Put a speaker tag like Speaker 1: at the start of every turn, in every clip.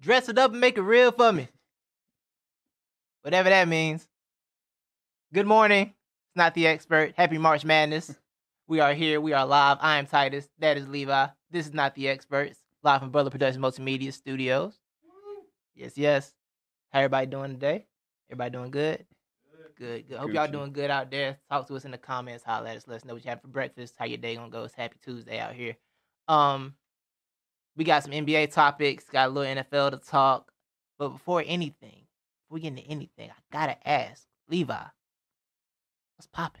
Speaker 1: Dress it up and make it real for me. Whatever that means. Good morning. It's not the expert. Happy March Madness. We are here. We are live. I am Titus. That is Levi. This is not the experts. Live from Brother Production Multimedia Studios. Yes, yes. How everybody doing today? Everybody doing good? Good, good. Hope y'all
Speaker 2: Gucci.
Speaker 1: doing good out there. Talk to us in the comments. Holler at us. Let us know what you had for breakfast. How your day gonna go? It's Happy Tuesday out here. Um, we got some NBA topics. Got a little NFL to talk. But before anything, before we get into anything, I gotta ask Levi, what's popping?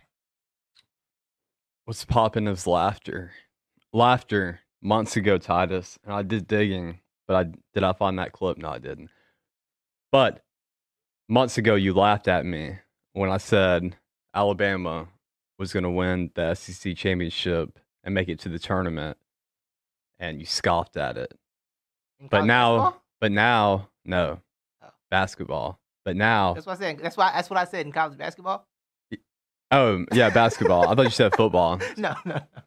Speaker 2: What's popping is laughter. Laughter months ago, Titus, and I did digging, but I did I find that clip? No, I didn't. But months ago, you laughed at me when I said Alabama was going to win the SEC championship and make it to the tournament, and you scoffed at it.
Speaker 1: in
Speaker 2: But
Speaker 1: college
Speaker 2: now-
Speaker 1: basketball?
Speaker 2: But now, no,
Speaker 1: Oh.
Speaker 2: basketball. But now,
Speaker 1: that's what I said. That's why. That's what I said in college basketball.
Speaker 2: oh yeah, basketball. I thought you said football.
Speaker 1: No, no, no.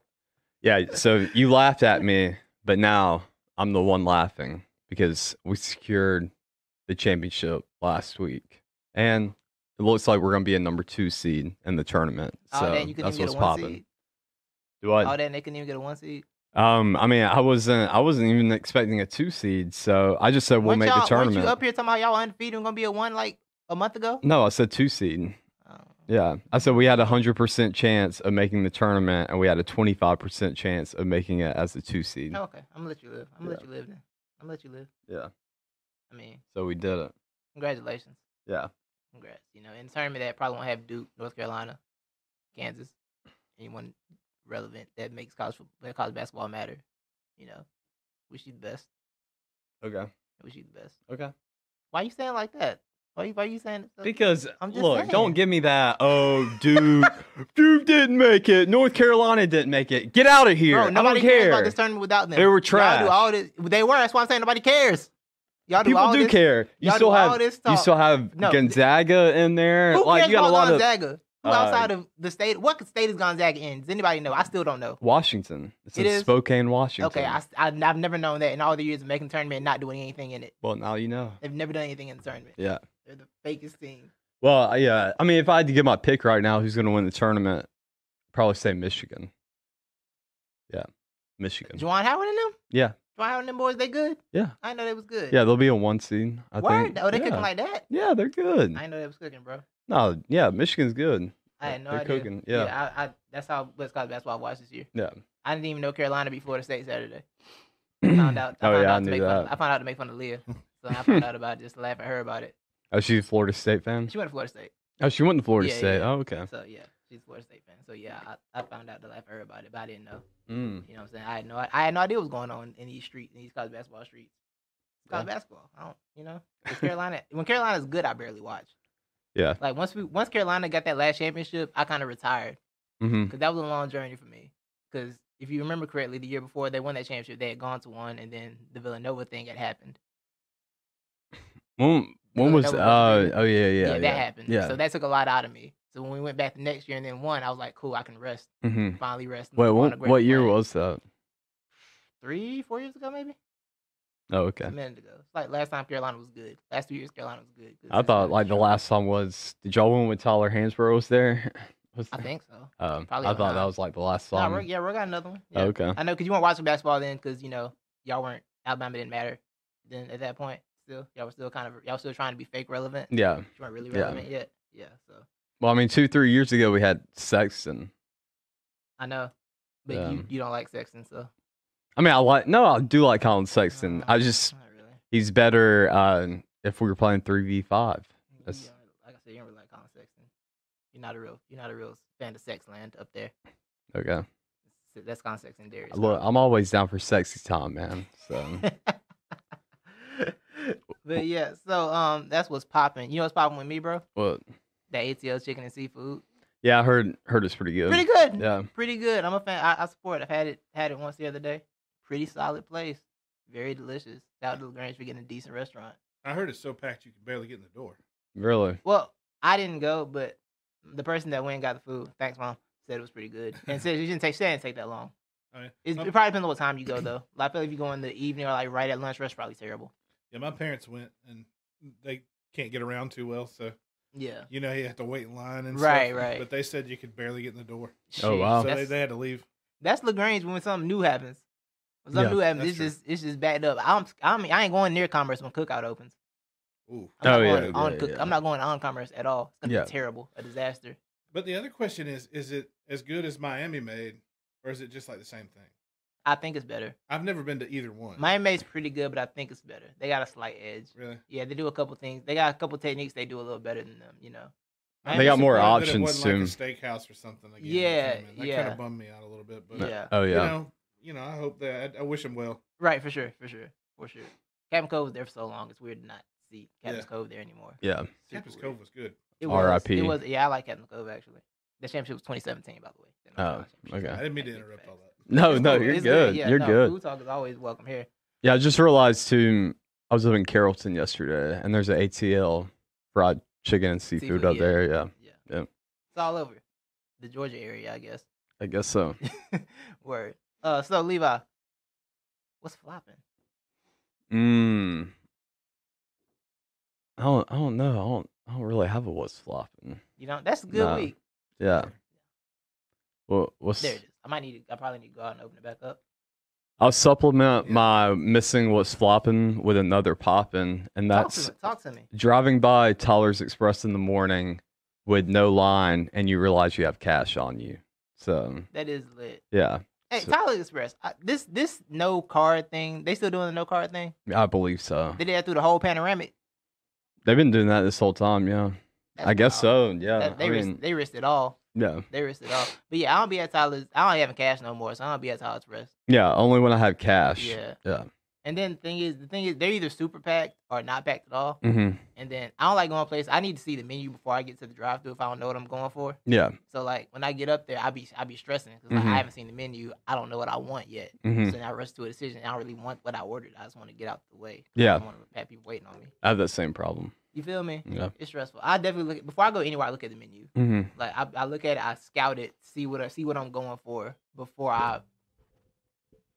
Speaker 2: Yeah, so you laughed at me, but now I'm the one laughing because we secured the championship last week. And it looks like we're going to be a number two seed in the tournament.
Speaker 1: Oh,
Speaker 2: so
Speaker 1: then you couldn't
Speaker 2: that's
Speaker 1: even
Speaker 2: what's
Speaker 1: get a one
Speaker 2: popping.
Speaker 1: seed.
Speaker 2: Do
Speaker 1: Oh,
Speaker 2: I?
Speaker 1: then they couldn't even get a one seed.
Speaker 2: Um, I mean, I wasn't, I wasn't even expecting a two seed. So I just said we'll
Speaker 1: Weren't
Speaker 2: make
Speaker 1: y'all-
Speaker 2: the
Speaker 1: weren't
Speaker 2: tournament. Mm.
Speaker 1: you up here talking about y'all undefeated and gonna be a one like a month ago?
Speaker 2: no, I said two seed.
Speaker 1: Oh.
Speaker 2: Yeah, I said we had a hundred percent chance of making the tournament, and we had a twenty-five percent chance of making it as a two seed.
Speaker 1: Oh, okay, I'm gonna let you live. I'm gonna let you live then. I'm gonna let you live.
Speaker 2: Yeah,
Speaker 1: I mean,
Speaker 2: so we did it.
Speaker 1: congratulations.
Speaker 2: Yeah.
Speaker 1: Congrats. You know, in the tournament that probably won't have Duke, North Carolina, Kansas, anyone relevant that makes college football, college basketball matter. You know, wish you the best.
Speaker 2: Okay.
Speaker 1: Wish you the best.
Speaker 2: Okay.
Speaker 1: Why you saying like that? Why you, why you saying? that?
Speaker 2: Because
Speaker 1: I'm just
Speaker 2: look,
Speaker 1: saying.
Speaker 2: don't give me that. Oh, Duke, Duke didn't make it. North Carolina didn't make it. Get out of here.
Speaker 1: Bro, nobody
Speaker 2: I don't
Speaker 1: cares
Speaker 2: care.
Speaker 1: about this tournament without them.
Speaker 2: They were
Speaker 1: Y'all
Speaker 2: trash.
Speaker 1: do all this. They were. That's why I'm saying nobody cares. Y'all do
Speaker 2: People
Speaker 1: all
Speaker 2: do
Speaker 1: this.
Speaker 2: care. You
Speaker 1: y'all
Speaker 2: still
Speaker 1: do all
Speaker 2: have
Speaker 1: this
Speaker 2: you
Speaker 1: talk.
Speaker 2: still have
Speaker 1: No, th-
Speaker 2: Gonzaga in there.
Speaker 1: Who
Speaker 2: like
Speaker 1: cares
Speaker 2: you got a
Speaker 1: about
Speaker 2: lot of
Speaker 1: Gonzaga? Who
Speaker 2: uh,
Speaker 1: outside of the state? What state is Gonzaga in? Does anybody know? I still don't know.
Speaker 2: Washington. It's
Speaker 1: It
Speaker 2: in
Speaker 1: is-
Speaker 2: Spokane, Washington.
Speaker 1: Okay, I, have never known that in all the years of making the tournament and not doing anything in it.
Speaker 2: well, now you know.
Speaker 1: They've never done anything in the tournament.
Speaker 2: Yeah.
Speaker 1: They're the fakest team.
Speaker 2: Well, yeah. I mean, if I had to give my pick right now, who's going to win the tournament? Probably say Michigan. Yeah, Michigan.
Speaker 1: Juwan Howard and them?
Speaker 2: Yeah.
Speaker 1: Juwan Howard and them boys, they good?
Speaker 2: Yeah.
Speaker 1: I didn't know they was good.
Speaker 2: Yeah, they'll be a one seed. I
Speaker 1: Word?
Speaker 2: think.
Speaker 1: Oh, they
Speaker 2: yeah. Mm.
Speaker 1: cooking like that?
Speaker 2: yeah, they're good.
Speaker 1: I didn't know they was cooking, bro.
Speaker 2: No, yeah, Michigan's good.
Speaker 1: I
Speaker 2: Yeah,
Speaker 1: had no
Speaker 2: they're
Speaker 1: idea.
Speaker 2: cooking, yeah.
Speaker 1: I, I, that's how West College basketball I watched this year.
Speaker 2: Yeah.
Speaker 1: I didn't even know Carolina beat Florida State Saturday. I found out. I
Speaker 2: oh
Speaker 1: found
Speaker 2: yeah,
Speaker 1: out
Speaker 2: I
Speaker 1: to
Speaker 2: knew
Speaker 1: make Fun, I
Speaker 2: that.
Speaker 1: found out to make fun of Leah. So I found out about it, just laughing at her about it.
Speaker 2: Oh, she's a Florida State fan.
Speaker 1: She went to Florida State.
Speaker 2: Oh, she went to Florida
Speaker 1: Yeah,
Speaker 2: State.
Speaker 1: yeah.
Speaker 2: Oh, okay.
Speaker 1: So yeah, she's a Florida State fan. So yeah, I, I found out to laugh at her about it, but I didn't know.
Speaker 2: Mm.
Speaker 1: You know what I'm saying? I had no I had no idea what was going on in these streets, in these college basketball streets. It's college basketball. I don't you know? It's Carolina when Carolina's good, I barely watch.
Speaker 2: Yeah.
Speaker 1: Like once we once Carolina got that last championship, I kinda retired.
Speaker 2: hmm
Speaker 1: Because that was a long journey for me. Because if you remember correctly, the year before they won that championship, they had gone to one and then the Villanova thing had happened.
Speaker 2: When,
Speaker 1: Like,
Speaker 2: when was?
Speaker 1: that was
Speaker 2: Uh,
Speaker 1: overrated.
Speaker 2: oh yeah, yeah, yeah.
Speaker 1: that happened.
Speaker 2: Yeah.
Speaker 1: So that took a lot out of me. So when we went back the next year and then won, I was like, cool, I can rest.
Speaker 2: hmm
Speaker 1: Finally rest. and
Speaker 2: Wait,
Speaker 1: go on a
Speaker 2: what,
Speaker 1: great
Speaker 2: what year
Speaker 1: run.
Speaker 2: was that?
Speaker 1: three, four years ago, maybe
Speaker 2: Oh,
Speaker 1: a
Speaker 2: okay.
Speaker 1: minute ago. It's Like last time, Carolina was good. Last two years, Carolina was good. 'cause
Speaker 2: I
Speaker 1: it's
Speaker 2: thought
Speaker 1: been
Speaker 2: like the
Speaker 1: strong.
Speaker 2: last time was. Did y'all win when Tyler Hansborough was there? was
Speaker 1: I
Speaker 2: there-
Speaker 1: think so.
Speaker 2: Um,
Speaker 1: probably
Speaker 2: I
Speaker 1: on
Speaker 2: thought
Speaker 1: nine.
Speaker 2: that was like the last
Speaker 1: Nah,
Speaker 2: song.
Speaker 1: we're, yeah, we got another one. Yeah.
Speaker 2: Oh, okay.
Speaker 1: I know because you weren't watching basketball then, because you know y'all weren't Alabama didn't matter. Then at that point, still y'all were still kind of y'all still trying to be fake relevant. You
Speaker 2: Yeah.
Speaker 1: weren't really
Speaker 2: Yeah.
Speaker 1: relevant yet. Yeah, so
Speaker 2: Well, I mean, two, three years ago we had Sexton.
Speaker 1: I know, but you
Speaker 2: Um,
Speaker 1: you don't like Sexton, so
Speaker 2: I mean, I like. No, I do like Colin Sexton. I
Speaker 1: Uh,
Speaker 2: just
Speaker 1: not really.
Speaker 2: he's better uh, if we were playing three v five.
Speaker 1: You
Speaker 2: That's-
Speaker 1: don't- like I said, you don't really like Colin Sexton. You're not a real you're not a real fan of sex land up there.
Speaker 2: Okay.
Speaker 1: That's Colin Sexton, Darius.
Speaker 2: Look, I'm always down for sexy time, man. So
Speaker 1: but yeah, so um, that's what's popping. You know what's popping with me, bro?
Speaker 2: well,
Speaker 1: That ATL chicken and seafood,
Speaker 2: yeah, I heard heard it's pretty good.
Speaker 1: pretty good.
Speaker 2: Yeah.
Speaker 1: pretty good. I'm a fan. I, I support. I've had it had it once the other day. Pretty solid place. Very delicious. Shout out to Lagrange for getting a decent restaurant.
Speaker 3: I heard it's so packed you can barely get in the door.
Speaker 2: Really?
Speaker 1: Well, I didn't go, but the person that went and got the food. Thanks, mom. Said it was pretty good, and said it didn't take. She didn't take that long.
Speaker 3: I mean,
Speaker 1: It's,
Speaker 3: my-
Speaker 1: it probably depends on what time you go though. Like, I feel like if you go in the evening or like right at lunch, that's probably terrible.
Speaker 3: Yeah, my parents went and they can't get around too well, so
Speaker 2: Oh,
Speaker 1: Yeah.
Speaker 3: you know you have to wait in line and
Speaker 1: Right,
Speaker 3: stuff,
Speaker 1: right.
Speaker 3: But they said you could barely get in the door,
Speaker 2: Oh,
Speaker 1: Shit,
Speaker 2: wow.
Speaker 3: so they,
Speaker 1: That's,
Speaker 3: they had to leave.
Speaker 1: that's Lagrange when something new happens. When something
Speaker 2: Yeah,
Speaker 1: new happens,
Speaker 3: that's
Speaker 1: it's
Speaker 3: true.
Speaker 1: just it's just backed up. I'm I'm I ain't going near commerce when Cookout opens.
Speaker 3: Ooh.
Speaker 1: I'm not
Speaker 2: Oh, yeah,
Speaker 1: going on
Speaker 2: yeah,
Speaker 1: Cook-
Speaker 2: yeah.
Speaker 1: I'm not going on commerce at all. It's gonna
Speaker 2: Yeah.
Speaker 1: be terrible, a disaster.
Speaker 3: But the other question is: Is it as good as Miami made, or is it just like the same thing?
Speaker 1: I think it's better.
Speaker 3: I've never been to either one.
Speaker 1: Miami Mate's pretty good, but I think it's better. They got a slight edge.
Speaker 3: really,
Speaker 1: Yeah, they do a couple things. They got a couple techniques they do a little better than them. You know.
Speaker 3: I'm
Speaker 1: They got
Speaker 2: more
Speaker 3: disappointed that
Speaker 2: options
Speaker 3: It wasn't like a steakhouse or something. Again, in
Speaker 1: Yeah,
Speaker 3: Truman. that kind
Speaker 1: yeah.
Speaker 3: of bummed me out a little bit. But
Speaker 1: Yeah.
Speaker 2: Oh
Speaker 3: you
Speaker 2: yeah.
Speaker 3: know, you know, I hope that I, I wish him well.
Speaker 1: Right, for sure, for sure, for sure. Captain Cove was there for so long. It's weird to not see Captain
Speaker 3: Yeah.
Speaker 1: Cove there anymore.
Speaker 2: yeah.
Speaker 1: Super
Speaker 3: Campus
Speaker 1: weird.
Speaker 3: Cove was good.
Speaker 1: It was-
Speaker 2: R.I.P..
Speaker 1: It was. Yeah, I like Captain Cove actually. The championship was 2017, by the way. The
Speaker 2: Oh,
Speaker 1: national championship.
Speaker 2: okay.
Speaker 3: I didn't mean to
Speaker 1: Big
Speaker 3: interrupt
Speaker 1: facts.
Speaker 3: all that.
Speaker 2: No,
Speaker 1: It's
Speaker 2: no,
Speaker 1: cool.
Speaker 2: you're
Speaker 1: It's
Speaker 2: good.
Speaker 1: Yeah,
Speaker 2: you're
Speaker 1: no,
Speaker 2: good.
Speaker 1: Food talk is always welcome here.
Speaker 2: Yeah, I just realized too. I was up in Carrollton yesterday, and there's an ATL fried chicken and seafood,
Speaker 1: Seafood,
Speaker 2: up
Speaker 1: yeah.
Speaker 2: there. Yeah,
Speaker 1: Yeah.
Speaker 2: Yeah.
Speaker 1: It's all over the Georgia area, I guess.
Speaker 2: I guess so.
Speaker 1: Word. Uh, so Levi, what's flopping?
Speaker 2: Mm. I don't. I don't know. I don't. I don't really have a what's flopping.
Speaker 1: You know, that's a good
Speaker 2: Nah.
Speaker 1: week.
Speaker 2: Yeah. Well, what's
Speaker 1: There it is. I might need. To, I probably need to go out and open it back up.
Speaker 2: I'll supplement
Speaker 3: Yeah.
Speaker 2: my missing what's flopping with another poppin', and that's
Speaker 1: talk to me. Talk to me.
Speaker 2: driving by Tyler's Express in the morning with no line, and you realize you have cash on you. So
Speaker 1: That is lit.
Speaker 2: yeah,
Speaker 1: Hey,
Speaker 2: So-
Speaker 1: Tyler Express. I, this this no card thing. They still doing the no card thing.
Speaker 2: I believe so.
Speaker 1: They did that through the whole panoramic.
Speaker 2: They've been doing that this whole time. Yeah,
Speaker 1: That's
Speaker 2: I guess
Speaker 1: wild.
Speaker 2: so. Yeah,
Speaker 1: That- they
Speaker 2: I
Speaker 1: risked,
Speaker 2: mean,
Speaker 1: they risked it all.
Speaker 2: yeah,
Speaker 1: They risked it all. But yeah, I don't be at Tyler's. I don't have cash no more, so I don't be at Tyler Express.
Speaker 2: yeah. Only when I have cash.
Speaker 1: Yeah.
Speaker 2: yeah.
Speaker 1: And then the thing is, the thing is, they're either super packed or not packed at all.
Speaker 2: hmm
Speaker 1: And then I don't like going place. I need to see the menu before I get to the drive-through if I don't know what I'm going for.
Speaker 2: Yeah.
Speaker 1: So like when I get up there, I be I be stressing because
Speaker 2: Mhm.
Speaker 1: I haven't seen the menu. I don't know what I want yet.
Speaker 2: hmm
Speaker 1: So then I rush to a decision. I don't really want what I ordered. I just want to get out the way. I
Speaker 2: Yeah.
Speaker 1: don't want to have people waiting on me.
Speaker 2: I have that same problem.
Speaker 1: You feel me?
Speaker 2: Yeah.
Speaker 1: It's stressful. I definitely look before I go anywhere. I look at the menu.
Speaker 2: hmm
Speaker 1: Like I, I look at it. I scout it. See what I see what I'm going for before I.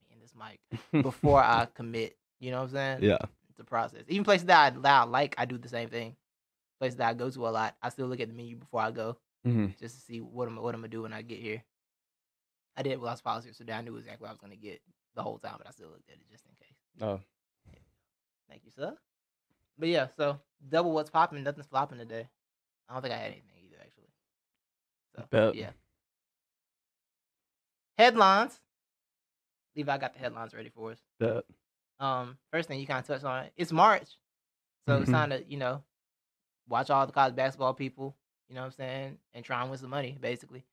Speaker 1: Man, this mic. Before I commit. You know what I'm saying?
Speaker 2: Yeah.
Speaker 1: It's a process. Even places that I, that I like, I do the same thing. Places that I go to a lot, I still look at the menu before I go
Speaker 2: hmm
Speaker 1: just to see what I'm what I'm gonna do when I get here. I did it while I was positive, so that I knew exactly what I was gonna get the whole time, but I still looked at it just in case.
Speaker 2: Oh.
Speaker 1: Thank you, sir. But yeah, so double what's popping, nothing's flopping today. I don't think I had anything either, actually. So
Speaker 2: Bet.
Speaker 1: yeah. Headlines. Levi got the headlines ready for us.
Speaker 2: That.
Speaker 1: Um, first thing you kind of touched on it. It's March, so it's
Speaker 2: Mhm.
Speaker 1: time to you know watch all the college basketball people. You know what I'm saying, and try and win some money. Basically,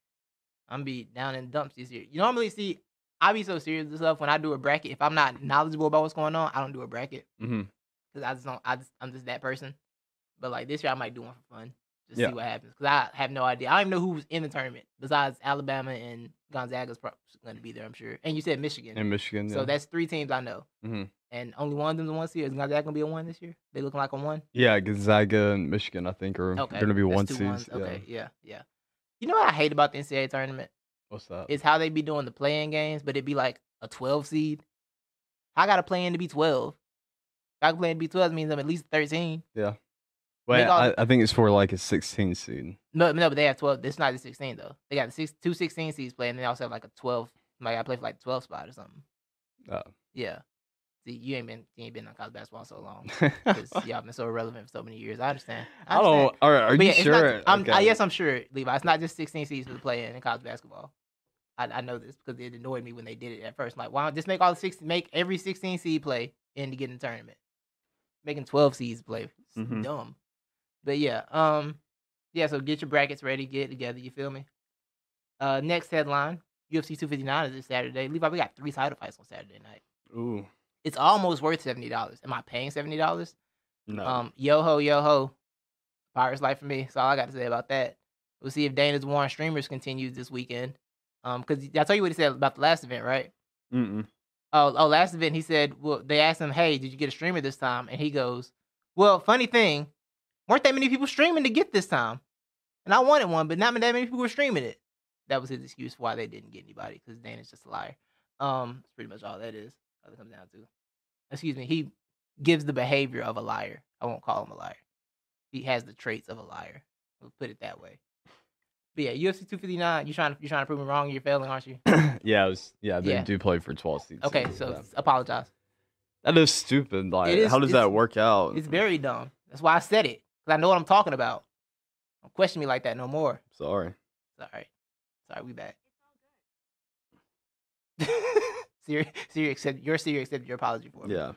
Speaker 1: I'm gonna be down in the dumps this year. You normally see I be so serious and stuff when I do a bracket. If I'm not knowledgeable about what's going on, I don't do a bracket
Speaker 2: hmm
Speaker 1: because I just don't. I just, I'm just that person. But like this year, I might do one for fun. Just
Speaker 2: Yeah.
Speaker 1: see what happens because I have no idea. I don't even know who's in the tournament besides Alabama and Gonzaga's probably going to be there. I'm sure. And you said Michigan,
Speaker 2: In Michigan.
Speaker 1: so
Speaker 2: yeah.
Speaker 1: that's three teams I know.
Speaker 2: Mhm.
Speaker 1: And only one of them's a one seed. Is Gonzaga going to be a one this year? They looking like a one.
Speaker 2: Yeah, Gonzaga and Michigan, I think, are
Speaker 1: Okay,
Speaker 2: going to Mm-hmm. be
Speaker 1: that's
Speaker 2: one
Speaker 1: two ones.
Speaker 2: seeds. Yeah.
Speaker 1: Okay, yeah. yeah, You know what I hate about the NCAA tournament
Speaker 2: What's that?
Speaker 1: is how they be doing the playing games, but it be like a 12 seed. I got to play in to be 12. If I can play in to be 12 means I'm at least 13.
Speaker 2: Wait,
Speaker 1: make all
Speaker 2: I, I think it's for like a 16 seed.
Speaker 1: No, no, but they have twelve. It's not the sixteen though. They got the six, two 16 seeds playing. And they also have like a twelve. Like I play for like twelve spot or something.
Speaker 2: Oh.
Speaker 1: Yeah. See, you ain't been you ain't been on college basketball so long because y'all been so irrelevant for so many years. I understand.
Speaker 2: I don't. All right, are you
Speaker 1: it's
Speaker 2: sure?
Speaker 1: Not, I'm, I,
Speaker 2: Okay.
Speaker 1: yes, I'm sure, Levi. It's not just sixteen seeds for the play in college basketball. I, I know this because it annoyed me when they did it at first. Like, why don't just make all the six, make every sixteen seed play in to get in the tournament? Making twelve seeds play, it's
Speaker 2: Mhm.
Speaker 1: dumb. But yeah, um, yeah. So get your brackets ready, get it together. You feel me? Uh, next headline: UFC 259 is this Saturday. Levi, we got three title fights on Saturday night.
Speaker 2: Ooh.
Speaker 1: It's almost worth seventy dollars. Am I paying seventy dollars?
Speaker 2: No.
Speaker 1: Um, yo ho, yo ho, Pirates life for me. That's all I got to say about that. We'll see if Dana's war on streamers continues this weekend. Um, because I tell you what he said about the last event, right?
Speaker 2: Mm-mm.
Speaker 1: Oh, oh, last event he said, well, they asked him, hey, did you get a streamer this time? And he goes, well, funny thing, weren't that many people streaming to get this time, and I wanted one, but not that many people were streaming it. That was his excuse for why they didn't get anybody because Dana's just a liar. Um, that's pretty much all that is. All it comes down to. Excuse me, he gives the behavior of a liar. I won't call him a liar. He has the traits of a liar. We'll put it that way. But yeah, UFC 259. You trying to you trying to prove me wrong? You're failing, aren't you?
Speaker 2: yeah, it was, yeah, they
Speaker 1: Yeah.
Speaker 2: do play for 12 seats.
Speaker 1: Okay,
Speaker 2: and
Speaker 1: so
Speaker 2: that-
Speaker 1: apologize.
Speaker 2: that is stupid. Like,
Speaker 1: is-
Speaker 2: how does
Speaker 1: it's-
Speaker 2: that work out?
Speaker 1: It's very dumb. That's why I said it. Cause I know what I'm talking about. Don't question me like that no more.
Speaker 2: Sorry.
Speaker 1: Sorry. Sorry, we back. Siri, Siri, accept your Siri accepted your apology for me.
Speaker 2: Yeah.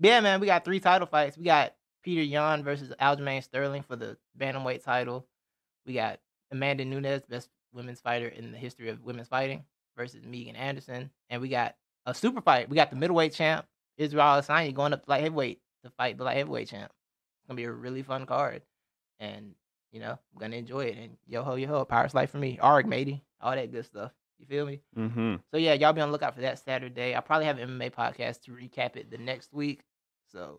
Speaker 1: Yeah, man, we got three title fights. We got Peter Yan versus Aljamain Sterling for the bantamweight title. We got Amanda Nunes, best women's fighter in the history of women's fighting, versus Megan Anderson. And we got a super fight. We got the middleweight champ Israel Adesanya going up to light heavyweight to fight the light heavyweight champ. It's gonna be a really fun card, and you know I'm gonna enjoy it. And yo ho yo ho, Pirates life for me, Arg matey, all that good stuff. You feel me?
Speaker 2: Mm-hmm.
Speaker 1: So yeah, y'all be on the lookout for that Saturday. I probably have an MMA podcast to recap it the next week. So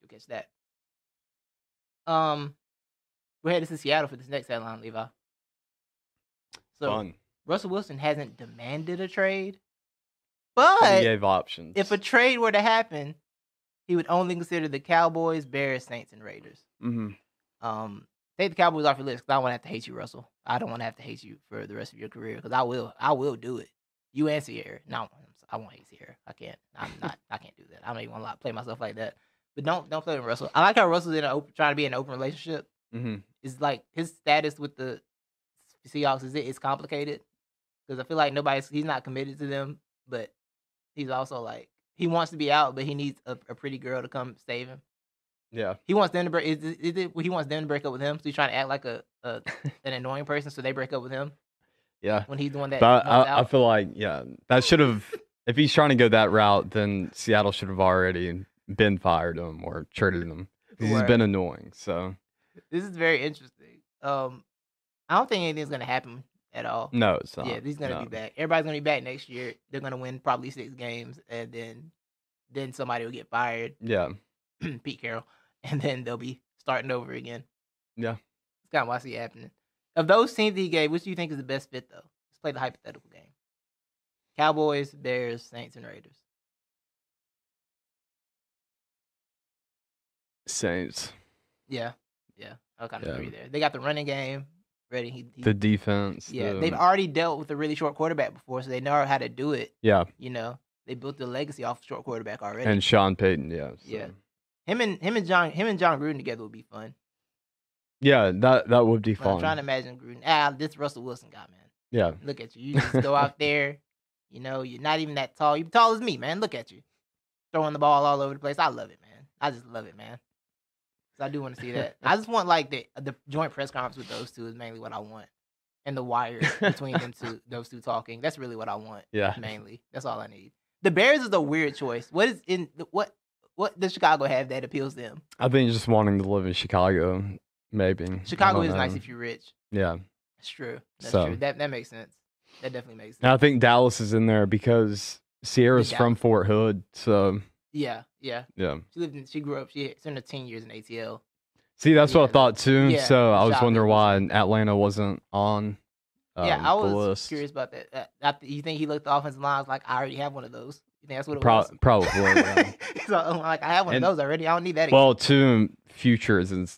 Speaker 1: you'll catch that. Um we're headed to Seattle for this next headline, Levi. So
Speaker 2: Fun.
Speaker 1: Russell Wilson hasn't demanded a trade. But
Speaker 2: he gave options.
Speaker 1: if a trade were to happen, he would only consider the Cowboys, Bears, Saints, and Raiders.
Speaker 2: Mhm.
Speaker 1: Um, take the Cowboys off your list because I don't want to have to hate you, Russell. I don't want to have to hate you for the rest of your career because I will. I will do it. You and Sierra. No, I'm so- I won't hate Sierra. I can't. I'm not. I can't do that. I'm not even gonna lie, play myself like that. But don't don't play with Russell. I like how Russell's in an open, trying to be in an open relationship.
Speaker 2: Mhm.
Speaker 1: It's like his status with the Seahawks is it? It's complicated because I feel like nobody's. He's not committed to them, but he's also like he wants to be out, but he needs a, a pretty girl to come save him.
Speaker 2: Yeah.
Speaker 1: He wants them to break. Is, it- is it, he wants them to break up with him. So he's trying to act like a, a an annoying person, so they break up with him
Speaker 2: Yeah.
Speaker 1: when he's the one that.
Speaker 2: But I,
Speaker 1: wants
Speaker 2: I, I
Speaker 1: out.
Speaker 2: feel like, yeah, that should have, if he's trying to go that route, then Seattle should have already been fired him or traded him. 'Cause He's
Speaker 1: Word.
Speaker 2: been annoying. So,
Speaker 1: this is very interesting. Um, I don't think anything's gonna happen at all.
Speaker 2: no, it's not.
Speaker 1: yeah, he's gonna
Speaker 2: Mm, no.
Speaker 1: be back. Everybody's gonna be back next year. They're gonna win probably six games, and then then somebody will get fired,
Speaker 2: Yeah.
Speaker 1: Pete Carroll, and then they'll be starting over again.
Speaker 2: Yeah.
Speaker 1: it's kind of what I see happening. Of those teams that he gave, which do you think is the best fit though? Let's play the hypothetical game. Cowboys, Bears, Saints, and Raiders.
Speaker 2: Saints.
Speaker 1: Yeah, yeah, I kind of
Speaker 2: Yeah.
Speaker 1: agree there. They got the running game ready. He, he-
Speaker 2: The defense.
Speaker 1: yeah,
Speaker 2: the-
Speaker 1: they've already dealt with a really short quarterback before, so they know how to do it.
Speaker 2: yeah.
Speaker 1: You know, they built their legacy off short quarterback already.
Speaker 2: And Sean Payton. Yeah.
Speaker 1: Yeah.
Speaker 2: so-
Speaker 1: him and him and John him and John Gruden together would be fun.
Speaker 2: Yeah. That, that would be
Speaker 1: But I'm
Speaker 2: fun.
Speaker 1: trying to imagine Gruden. Ah, this Russell Wilson guy, man.
Speaker 2: Yeah.
Speaker 1: Look at you. You just go out there. You know, you're not even that tall. You're tall as me, man. Look at you, throwing the ball all over the place. I love it, man. I just love it, man. 'Cause I do want to see that. I just want like the the joint press conference with those two is mainly what I want, and the wire between them two, those two talking. That's really what I want
Speaker 2: Yeah.
Speaker 1: mainly. That's all I need. The Bears is a weird choice. What is in the, what what does Chicago have that appeals to them?
Speaker 2: I think just wanting to live in Chicago, maybe.
Speaker 1: Chicago is nice if you're rich.
Speaker 2: Yeah.
Speaker 1: That's true. That's
Speaker 2: So-
Speaker 1: true. That that makes sense. That definitely makes sense.
Speaker 2: And I think Dallas is in there because Sierra's
Speaker 1: Dallas.
Speaker 2: from Fort Hood. So,
Speaker 1: yeah, yeah.
Speaker 2: yeah.
Speaker 1: She lived in she grew up. She spent her teen years in ATL.
Speaker 2: See, that's what
Speaker 1: Yeah,
Speaker 2: I thought too.
Speaker 1: yeah,
Speaker 2: so I was
Speaker 1: shopping
Speaker 2: wondering
Speaker 1: was-
Speaker 2: why Atlanta wasn't on. Um,
Speaker 1: yeah, I was
Speaker 2: the list.
Speaker 1: curious about that. Uh, I th- you think he looked at the offensive line? I was like, I already have one of those. You think that's what it
Speaker 2: Pro-
Speaker 1: was?
Speaker 2: probably. yeah.
Speaker 1: so I'm like, I have one
Speaker 2: oh, And-
Speaker 1: of those already. I don't need that again.
Speaker 2: well, too, Future is in,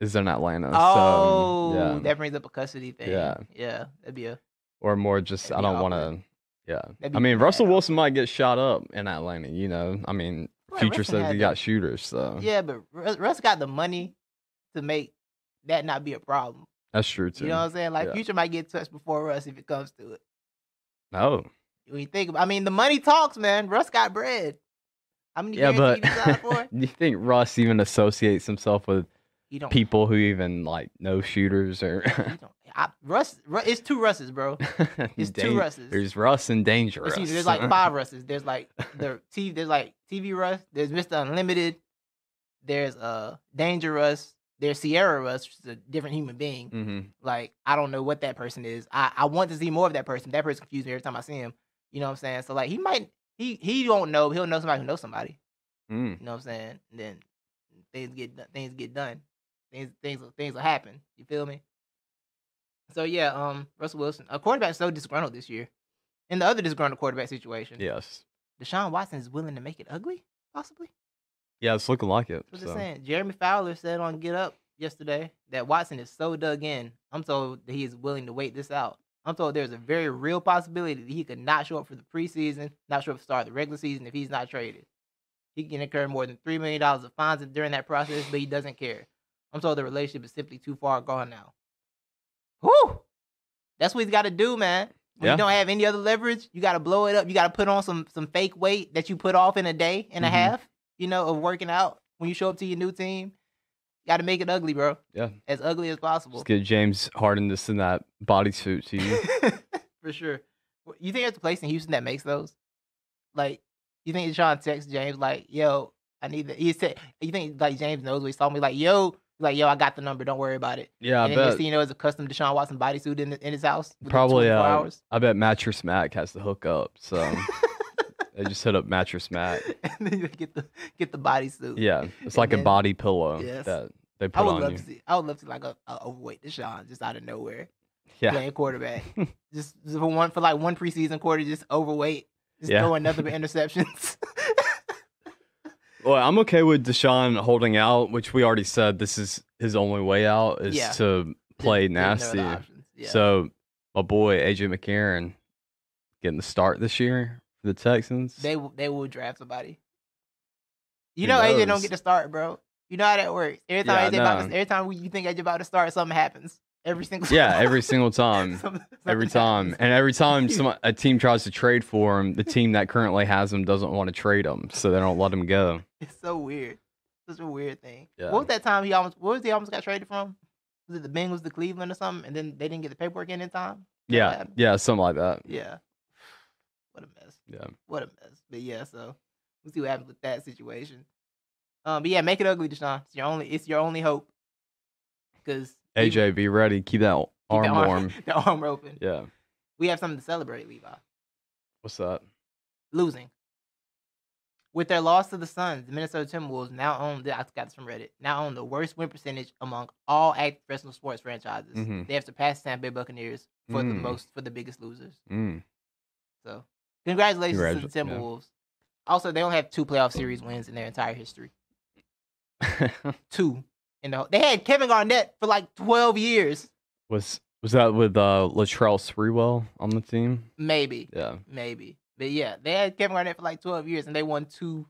Speaker 2: is in Atlanta.
Speaker 1: oh,
Speaker 2: uh, so, yeah.
Speaker 1: that brings up a custody thing. Yeah,
Speaker 2: Yeah.
Speaker 1: yeah. That'd be a
Speaker 2: or more just I
Speaker 1: That'd be
Speaker 2: don't want
Speaker 1: awkward.
Speaker 2: to. Yeah,
Speaker 1: That'd
Speaker 2: I
Speaker 1: be
Speaker 2: mean
Speaker 1: bad
Speaker 2: Russell
Speaker 1: awkward.
Speaker 2: Wilson might get shot up in Atlanta. You know, I mean
Speaker 1: Well,
Speaker 2: Future
Speaker 1: Russell
Speaker 2: says
Speaker 1: had
Speaker 2: he
Speaker 1: the-
Speaker 2: got shooters, so
Speaker 1: Yeah, but Russ, Russ got the money to make that not be a problem.
Speaker 2: that's true too.
Speaker 1: You know what I'm saying? Like
Speaker 2: Yeah.
Speaker 1: Future might get touched before Russ if it comes to it.
Speaker 2: no,
Speaker 1: When you think about, I mean, the money talks, man. Russ got bread. How many
Speaker 2: yeah,
Speaker 1: guarantees
Speaker 2: but
Speaker 1: he signed for?
Speaker 2: you think Russ even associates himself with
Speaker 1: You don't.
Speaker 2: people who even like know shooters or?
Speaker 1: You don't I, Russ, Russ, it's two Russes, bro. It's two
Speaker 2: Dan-
Speaker 1: Russes.
Speaker 2: There's Russ and Dangerous.
Speaker 1: Excuse me, there's like five Russes. There's like the T. There's like TV Russ. There's Mister Unlimited. There's uh Danger Russ. There's Sierra Russ, which is a different human being.
Speaker 2: hmm
Speaker 1: Like I don't know what that person is. I I want to see more of that person. That person confuses me every time I see him. You know what I'm saying? So like he might he he won't know. But he'll know somebody who knows somebody.
Speaker 2: Mm.
Speaker 1: You know what I'm saying? And then things get do- things get done. Things things will- things will happen. You feel me? So yeah, um, Russell Wilson, a quarterback so disgruntled this year. In the other disgruntled quarterback situation,
Speaker 2: Yes.
Speaker 1: Deshaun Watson is willing to make it ugly, possibly.
Speaker 2: Yeah, it's looking like it.
Speaker 1: That's what
Speaker 2: so.
Speaker 1: they're saying. Jeremy Fowler said on Get Up yesterday that Watson is so dug in. I'm told that he is willing to wait this out. I'm told there's a very real possibility that he could not show up for the preseason, not show up to start the regular season if he's not traded. He can incur more than $3 million of fines during that process, but he doesn't care. I'm told the relationship is simply too far gone now. Whew! That's what he's got to do, man. When
Speaker 2: Yeah.
Speaker 1: you don't have any other leverage, you got to blow it up. You got to put on some some fake weight that you put off in a day and
Speaker 2: Mhm.
Speaker 1: a half, you know, of working out. When you show up to your new team, got to make it ugly, bro.
Speaker 2: Yeah.
Speaker 1: As ugly as possible.
Speaker 2: Just get James Harden to send that bodysuit to you.
Speaker 1: For sure. Wh- You think there's a place in Houston that makes those? Like, you think Sean texts James like, "Yo, I need that." He said, "You think like James knows what he saw me like, yo, like, yo, I got the number. Don't worry about it."
Speaker 2: yeah, I
Speaker 1: and then next
Speaker 2: bet.
Speaker 1: thing you know, it's a custom Deshaun Watson bodysuit in, in his house. within
Speaker 2: Probably.
Speaker 1: 24
Speaker 2: Uh,
Speaker 1: hours.
Speaker 2: I bet Mattress Mac has the hookup. So they just hit up Mattress Mac.
Speaker 1: and then you get the get the bodysuit.
Speaker 2: Yeah, it's
Speaker 1: And
Speaker 2: like a
Speaker 1: then-
Speaker 2: body pillow
Speaker 1: Yes.
Speaker 2: that they
Speaker 1: I
Speaker 2: put
Speaker 1: would
Speaker 2: on
Speaker 1: love
Speaker 2: you.
Speaker 1: to see. I would love to see like a, a overweight Deshaun just out of nowhere
Speaker 2: Yeah,
Speaker 1: playing quarterback, just, just for one for like one preseason quarter, just overweight, just
Speaker 2: Yeah.
Speaker 1: throwing nothing but interceptions.
Speaker 2: well, I'm okay with Deshaun holding out, which we already said this is his only way out is
Speaker 1: Yeah.
Speaker 2: to play
Speaker 1: Didn't- didn't know the
Speaker 2: nasty.
Speaker 1: options. Yeah.
Speaker 2: So my boy AJ McCarron getting the start this year for the Texans.
Speaker 1: they will- they will draft somebody. You
Speaker 2: Who
Speaker 1: know AJ
Speaker 2: knows?
Speaker 1: don't get to start, bro. You know how that works. Every
Speaker 2: Yeah, I
Speaker 1: time AJ about to,
Speaker 2: know.
Speaker 1: every time you think AJ about to start, something happens. Every single
Speaker 2: yeah,
Speaker 1: time.
Speaker 2: every single time.
Speaker 1: Some- something
Speaker 2: Every time,
Speaker 1: happens.
Speaker 2: and every time some a team tries to trade for him, the team that currently has him doesn't want to trade him, so they don't let him go.
Speaker 1: It's so weird. Such a weird thing.
Speaker 2: Yeah.
Speaker 1: What was that time he almost? What was he almost got traded from? Was it the Bengals to Cleveland or something? And then they didn't get the paperwork in in time. That
Speaker 2: Yeah,
Speaker 1: happened?
Speaker 2: yeah, something like that.
Speaker 1: Yeah. What a mess.
Speaker 2: Yeah.
Speaker 1: What a mess. But yeah, so we'll see what happens with that situation. Um, but yeah, make it ugly, Deshaun. It's your only. It's your only hope. Because
Speaker 2: AJ, be ready. Keep that arm warm.
Speaker 1: the arm open.
Speaker 2: Yeah.
Speaker 1: We have something to celebrate, Levi.
Speaker 2: What's that?
Speaker 1: Losing. With their loss to the Suns, the Minnesota Timberwolves now own. I got this from Reddit. Now own the worst win percentage among all active professional sports franchises.
Speaker 2: Mhm.
Speaker 1: They have surpassed Tampa Bay Buccaneers for the
Speaker 2: Mm.
Speaker 1: most for the biggest losers.
Speaker 2: Mm.
Speaker 1: So congratulations to
Speaker 2: Congratu-
Speaker 1: the
Speaker 2: yeah.
Speaker 1: Timberwolves. Also, they only have two playoff series wins in their entire history. Two. You know, they had Kevin Garnett for like twelve years,
Speaker 2: was was that with uh Latrell Sprewell on the team?
Speaker 1: maybe,
Speaker 2: Yeah.
Speaker 1: maybe. But yeah, they had Kevin Garnett for like twelve years, and they won two,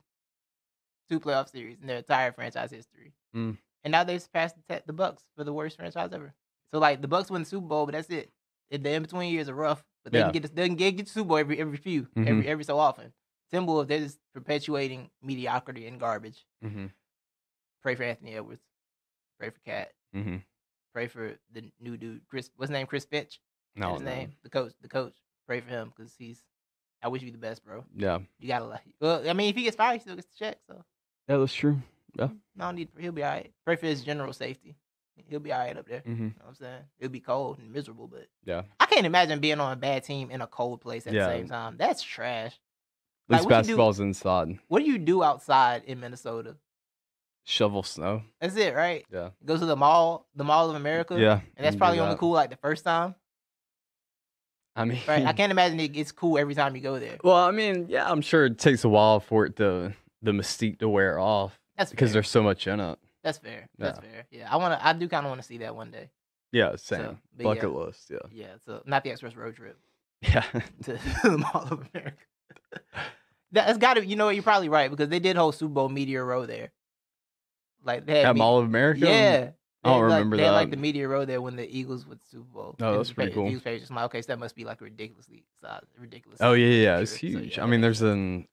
Speaker 1: two playoff series in their entire franchise history.
Speaker 2: Mm.
Speaker 1: And now they've surpassed the, Te- the Bucks for the worst franchise ever. So like, the Bucks win the Super Bowl, but that's it. And The in between years are rough, but they
Speaker 2: Yeah.
Speaker 1: can get they can get, get the Super Bowl every every few
Speaker 2: Mhm.
Speaker 1: every every so often. Timberwolves they're just perpetuating mediocrity and garbage.
Speaker 2: Mm-hmm.
Speaker 1: pray for Anthony Edwards, pray for Cat,
Speaker 2: Mm-hmm.
Speaker 1: pray for the new dude Chris. What's his name? Chris Finch. Is that
Speaker 2: No,
Speaker 1: his
Speaker 2: no.
Speaker 1: name the coach. The coach. Pray for him because he's. I wish you the best, bro.
Speaker 2: Yeah.
Speaker 1: You gotta like. Well, I mean, if he gets fired, he still gets the check, so
Speaker 2: Yeah, that's true. Yeah.
Speaker 1: no need. He'll be all right. Pray for his general safety. He'll be all right up there.
Speaker 2: Mm-hmm.
Speaker 1: You know what I'm saying it'll be cold and miserable, but
Speaker 2: Yeah.
Speaker 1: I can't imagine being on a bad team in a cold place at
Speaker 2: Yeah.
Speaker 1: the same time. That's trash. Like, what
Speaker 2: This
Speaker 1: you do-
Speaker 2: basketball's inside.
Speaker 1: What do you do outside in Minnesota?
Speaker 2: Shovel snow.
Speaker 1: That's it, right?
Speaker 2: Yeah.
Speaker 1: Go to the mall, the Mall of America.
Speaker 2: Yeah.
Speaker 1: and that's
Speaker 2: you do
Speaker 1: probably only
Speaker 2: that.
Speaker 1: cool like the first time.
Speaker 2: I mean,
Speaker 1: Right. I can't imagine it gets cool every time you go there.
Speaker 2: well, I mean, yeah, I'm sure it takes a while for it to the mystique to wear off
Speaker 1: That's fair.
Speaker 2: because there's so much in it.
Speaker 1: that's fair. That's fair. Yeah. I wanna I do kinda wanna see that one day.
Speaker 2: Yeah, same.
Speaker 1: but
Speaker 2: Bucket
Speaker 1: yeah.
Speaker 2: list. Yeah.
Speaker 1: Yeah. So not the express road trip
Speaker 2: Yeah.
Speaker 1: to the Mall of America. That- That's gotta you know what you're probably right because they did whole Super Bowl Meteor Row there. Like they had
Speaker 2: At
Speaker 1: me-
Speaker 2: Mall of America. Mm,
Speaker 1: Yeah.
Speaker 2: I
Speaker 1: They
Speaker 2: don't
Speaker 1: had, like,
Speaker 2: remember
Speaker 1: they had, like
Speaker 2: that.
Speaker 1: the Meteor Row there when the Eagles went to Super Bowl.
Speaker 2: Oh,
Speaker 1: And
Speaker 2: that's
Speaker 1: the
Speaker 2: pretty
Speaker 1: pa-
Speaker 2: cool.
Speaker 1: The Eagles page was like, okay, so that must be like ridiculously size, ridiculous.
Speaker 2: Oh yeah, yeah,
Speaker 1: picture.
Speaker 2: it's
Speaker 1: So,
Speaker 2: huge.
Speaker 1: yeah,
Speaker 2: I mean,
Speaker 1: that-
Speaker 2: there's an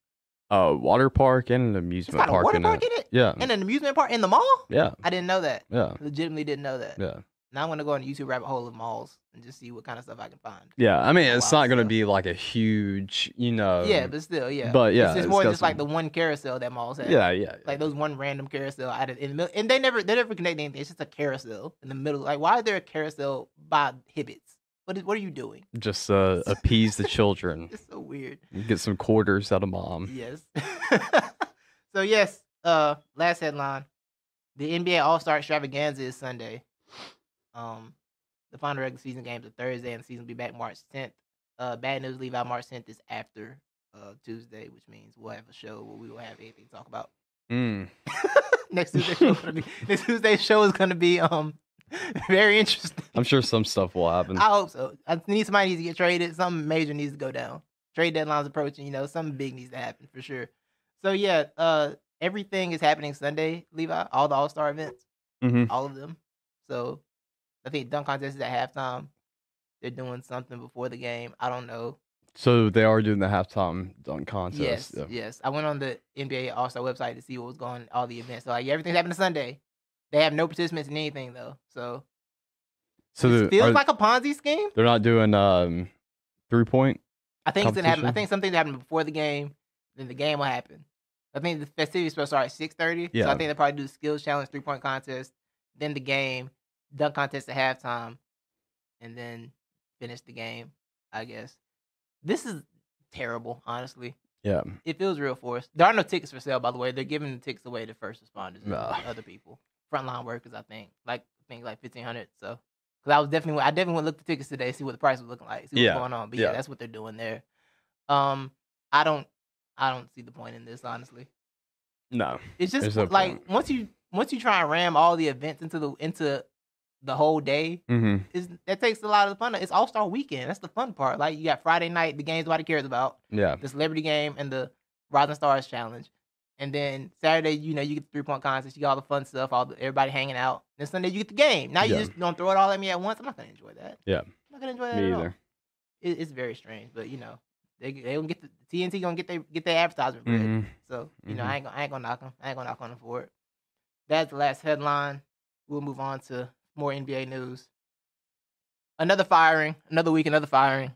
Speaker 2: uh water park and an
Speaker 1: it's
Speaker 2: amusement
Speaker 1: got a
Speaker 2: park
Speaker 1: water
Speaker 2: in
Speaker 1: park
Speaker 2: it.
Speaker 1: in it,
Speaker 2: Yeah,
Speaker 1: and an amusement park in the mall.
Speaker 2: yeah,
Speaker 1: I didn't know that.
Speaker 2: yeah,
Speaker 1: Legitimately didn't know that.
Speaker 2: yeah,
Speaker 1: Now I'm gonna go on the YouTube rabbit hole of malls and just see what kind of stuff I can find.
Speaker 2: yeah. I mean,
Speaker 1: A
Speaker 2: it's
Speaker 1: lot of
Speaker 2: not gonna
Speaker 1: stuff.
Speaker 2: be like a huge, you know.
Speaker 1: yeah, but still, yeah.
Speaker 2: Uh, but yeah,
Speaker 1: it's just
Speaker 2: it's
Speaker 1: more
Speaker 2: got
Speaker 1: just like the
Speaker 2: some-
Speaker 1: one carousel that malls have.
Speaker 2: yeah, yeah,
Speaker 1: like those one random carousel out of in the middle, and they never they never connect anything. It's just a carousel in the middle. Like, why is there a carousel by Hibbits? What is what are you doing?
Speaker 2: just uh, appease the children,
Speaker 1: It's so weird.
Speaker 2: get some quarters out of mom.
Speaker 1: Yes. so yes, uh, last headline: the NBA All Star Extravaganza is Sunday. Um, the final regular season games are Thursday, and the season will be back March 10th. Uh, bad news: Levi March 10th is after uh Tuesday, which means we'll have a show where we will have anything to talk about
Speaker 2: Mm.
Speaker 1: Next Tuesday show is gonna be next Tuesday show is gonna be um very interesting.
Speaker 2: I'm sure some stuff will happen.
Speaker 1: I hope so. I need somebody needs to get traded. Something major needs to go down. Trade deadline's approaching. You know, something big needs to happen for sure. So yeah, uh, everything is happening Sunday, Levi. All the All Star events,
Speaker 2: hmm
Speaker 1: all of them. So I think dunk contest is at halftime. They're doing something before the game. I don't know.
Speaker 2: So they are doing the halftime dunk contest.
Speaker 1: yes, yes. I went on the NBA All Star website to see what was going all the events. So like everything's happening Sunday. They have no participants in anything though. So
Speaker 2: So
Speaker 1: it
Speaker 2: the-
Speaker 1: feels
Speaker 2: are-
Speaker 1: like a Ponzi scheme.
Speaker 2: they're not doing um three point.
Speaker 1: I think it's gonna happen. I
Speaker 2: competition?
Speaker 1: think something happened before the game, then the game will happen. I think the festivities supposed to start at six thirty. So
Speaker 2: Yeah.
Speaker 1: I think they probably do skills challenge, three point contest, then the game, dunk contest at halftime, and then finish the game. I guess this is terrible. Honestly,
Speaker 2: Yeah.
Speaker 1: it feels real forced. There are no tickets for sale, by the way. They're giving the tickets away to first responders, and
Speaker 2: Nah.
Speaker 1: other people, frontline workers. I think like I think like fifteen hundred. So because I was definitely I definitely went look the tickets today, see what the price was looking like, see what's
Speaker 2: Yeah,
Speaker 1: going on. But yeah.
Speaker 2: yeah.
Speaker 1: that's what they're doing there. Um, I don't I don't see the point in this honestly.
Speaker 2: No.
Speaker 1: It's just
Speaker 2: There's no
Speaker 1: like
Speaker 2: point.
Speaker 1: once you once you try and ram all the events into the into the whole day,
Speaker 2: hmm
Speaker 1: is that takes a lot of the fun. It's All Star Weekend. That's the fun part. Like you got Friday night, the games nobody cares about
Speaker 2: Yeah.
Speaker 1: the celebrity game and the Rising Stars challenge. And then Saturday, you know, you get the three point contest, you get all the fun stuff, all the everybody hanging out. Then Sunday, you get the game. Now you
Speaker 2: Yeah.
Speaker 1: just don't throw it all at me at once. I'm not gonna enjoy that.
Speaker 2: Yeah.
Speaker 1: I'm not gonna enjoy that.
Speaker 2: Me
Speaker 1: at all.
Speaker 2: either.
Speaker 1: It, it's very strange, but you know, they they gonna get the TNT gonna get their get their advertisement bread.
Speaker 2: hmm
Speaker 1: So you know, I ain't gonna I ain't gonna knock them. I ain't gonna knock on them for it. That's the last headline. We'll move on to more NBA news. Another firing, another week, another firing.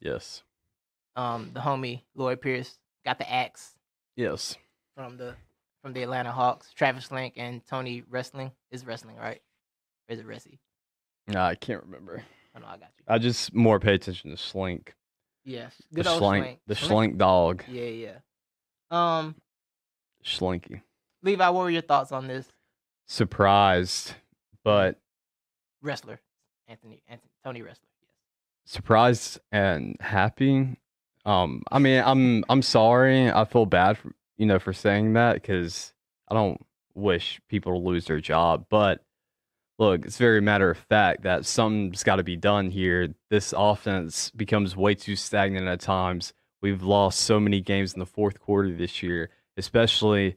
Speaker 2: Yes.
Speaker 1: Um, the homie Lloyd Pierce got the axe.
Speaker 2: Yes.
Speaker 1: from the from the Atlanta Hawks, Travis Link and Tony Wrestling is wrestling, right? Or is it Resi?
Speaker 2: Nah, I can't remember.
Speaker 1: I know I got you.
Speaker 2: I just more pay attention to Slink.
Speaker 1: Yes,
Speaker 2: the Slink. The Slink dog.
Speaker 1: Yeah, yeah. Um,
Speaker 2: Slinky.
Speaker 1: Levi, what were your thoughts on this
Speaker 2: Surprised, but
Speaker 1: wrestler, Anthony, Anthony Tony Wrestler?
Speaker 2: surprised and happy. Um, I mean, I'm I'm sorry. I feel bad, for, you know, for saying that because I don't wish people to lose their job. But look, it's very matter of fact that something's got to be done here. This offense becomes way too stagnant at times. We've lost so many games in the fourth quarter this year, especially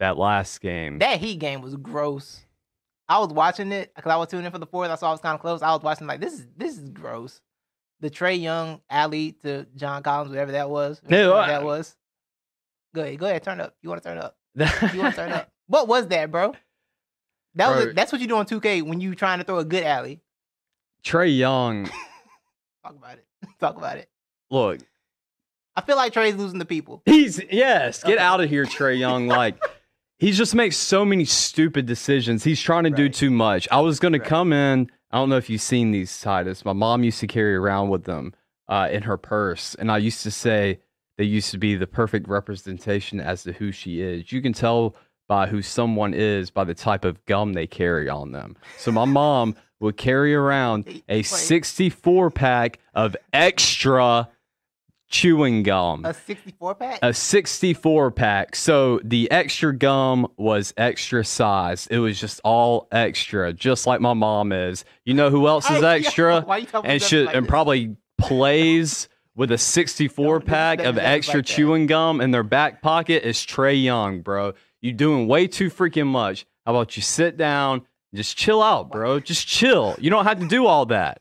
Speaker 2: that last game.
Speaker 1: Yes. That Heat game was gross. I was watching it because I was tuning in for the fourth. I saw it was kind of close. I was watching like this is this is gross. The Trey Young alley to John Collins, whatever that was,
Speaker 2: Yeah,
Speaker 1: whatever
Speaker 2: I-
Speaker 1: that was. Go ahead, go ahead, turn up. You want to turn up? You want to turn up? What was that, bro? That was a-
Speaker 2: Bro.
Speaker 1: that's what you do on 2K when you trying to throw a good alley.
Speaker 2: Trey Young,
Speaker 1: Talk about it. Talk about it.
Speaker 2: look,
Speaker 1: I feel like Trey's losing the people.
Speaker 2: he's yes, get
Speaker 1: Okay.
Speaker 2: out of here, Trey Young. Like he just makes so many stupid decisions. He's trying to do
Speaker 1: Right.
Speaker 2: too much. I was gonna
Speaker 1: Right.
Speaker 2: come in. I don't know if you've seen these Titus. My mom used to carry around with them uh, in her purse, and I used to say they used to be the perfect representation as to who she is. You can tell by who someone is by the type of gum they carry on them. So my mom would carry around a
Speaker 1: Wait.
Speaker 2: 64 pack of extra chewing gum.
Speaker 1: A 64 pack?
Speaker 2: Mm. A 64 pack. So the extra gum was extra size. It was just all extra, just like my mom is. You know who else
Speaker 1: Hey,
Speaker 2: is
Speaker 1: yo,
Speaker 2: extra?
Speaker 1: why you talking
Speaker 2: And
Speaker 1: about
Speaker 2: should
Speaker 1: like
Speaker 2: and
Speaker 1: this?
Speaker 2: probably plays with a
Speaker 1: Don't
Speaker 2: 64
Speaker 1: disrespect
Speaker 2: pack of
Speaker 1: yourself
Speaker 2: extra
Speaker 1: like that.
Speaker 2: chewing gum in their back pocket is Trey Young, bro. You doing way too freaking much. How about you sit down, and just chill out, bro. Just chill. You don't have to do all that.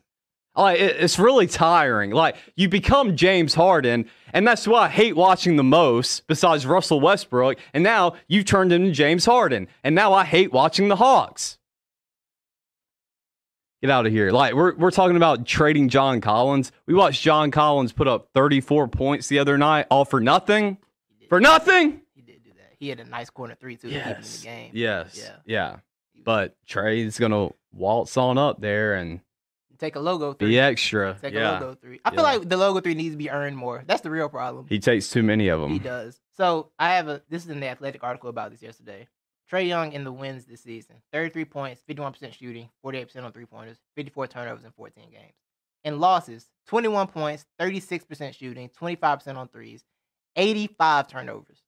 Speaker 2: Like it, it's really tiring. Like you become James Harden, and that's why I hate watching the most. Besides Russell Westbrook, and now you've turned into James Harden, and now I hate watching the Hawks. Get out of here! Like we're we're talking about trading John Collins. We watched John Collins put up 34 points the other night, all for nothing.
Speaker 1: He did-
Speaker 2: For nothing.
Speaker 1: He did do that. He had a nice corner three too. to keep him in the game.
Speaker 2: Yes.
Speaker 1: Yeah.
Speaker 2: Yeah.
Speaker 1: He was-
Speaker 2: But Trey's gonna waltz on up there and
Speaker 1: take a logo three.
Speaker 2: be extra.
Speaker 1: Take a
Speaker 2: yeah.
Speaker 1: logo three. I feel
Speaker 2: Yeah.
Speaker 1: like the logo three needs to be earned more. That's the real problem.
Speaker 2: He takes too many of them.
Speaker 1: He does. So I have a. This is in the Athletic article about this yesterday. Trey Young in the wins this season: thirty-three points, fifty-one percent shooting, forty-eight percent on three-pointers, fifty-four turnovers in fourteen games. In losses: twenty-one points, thirty-six percent shooting, twenty-five percent on threes, eighty-five turnovers.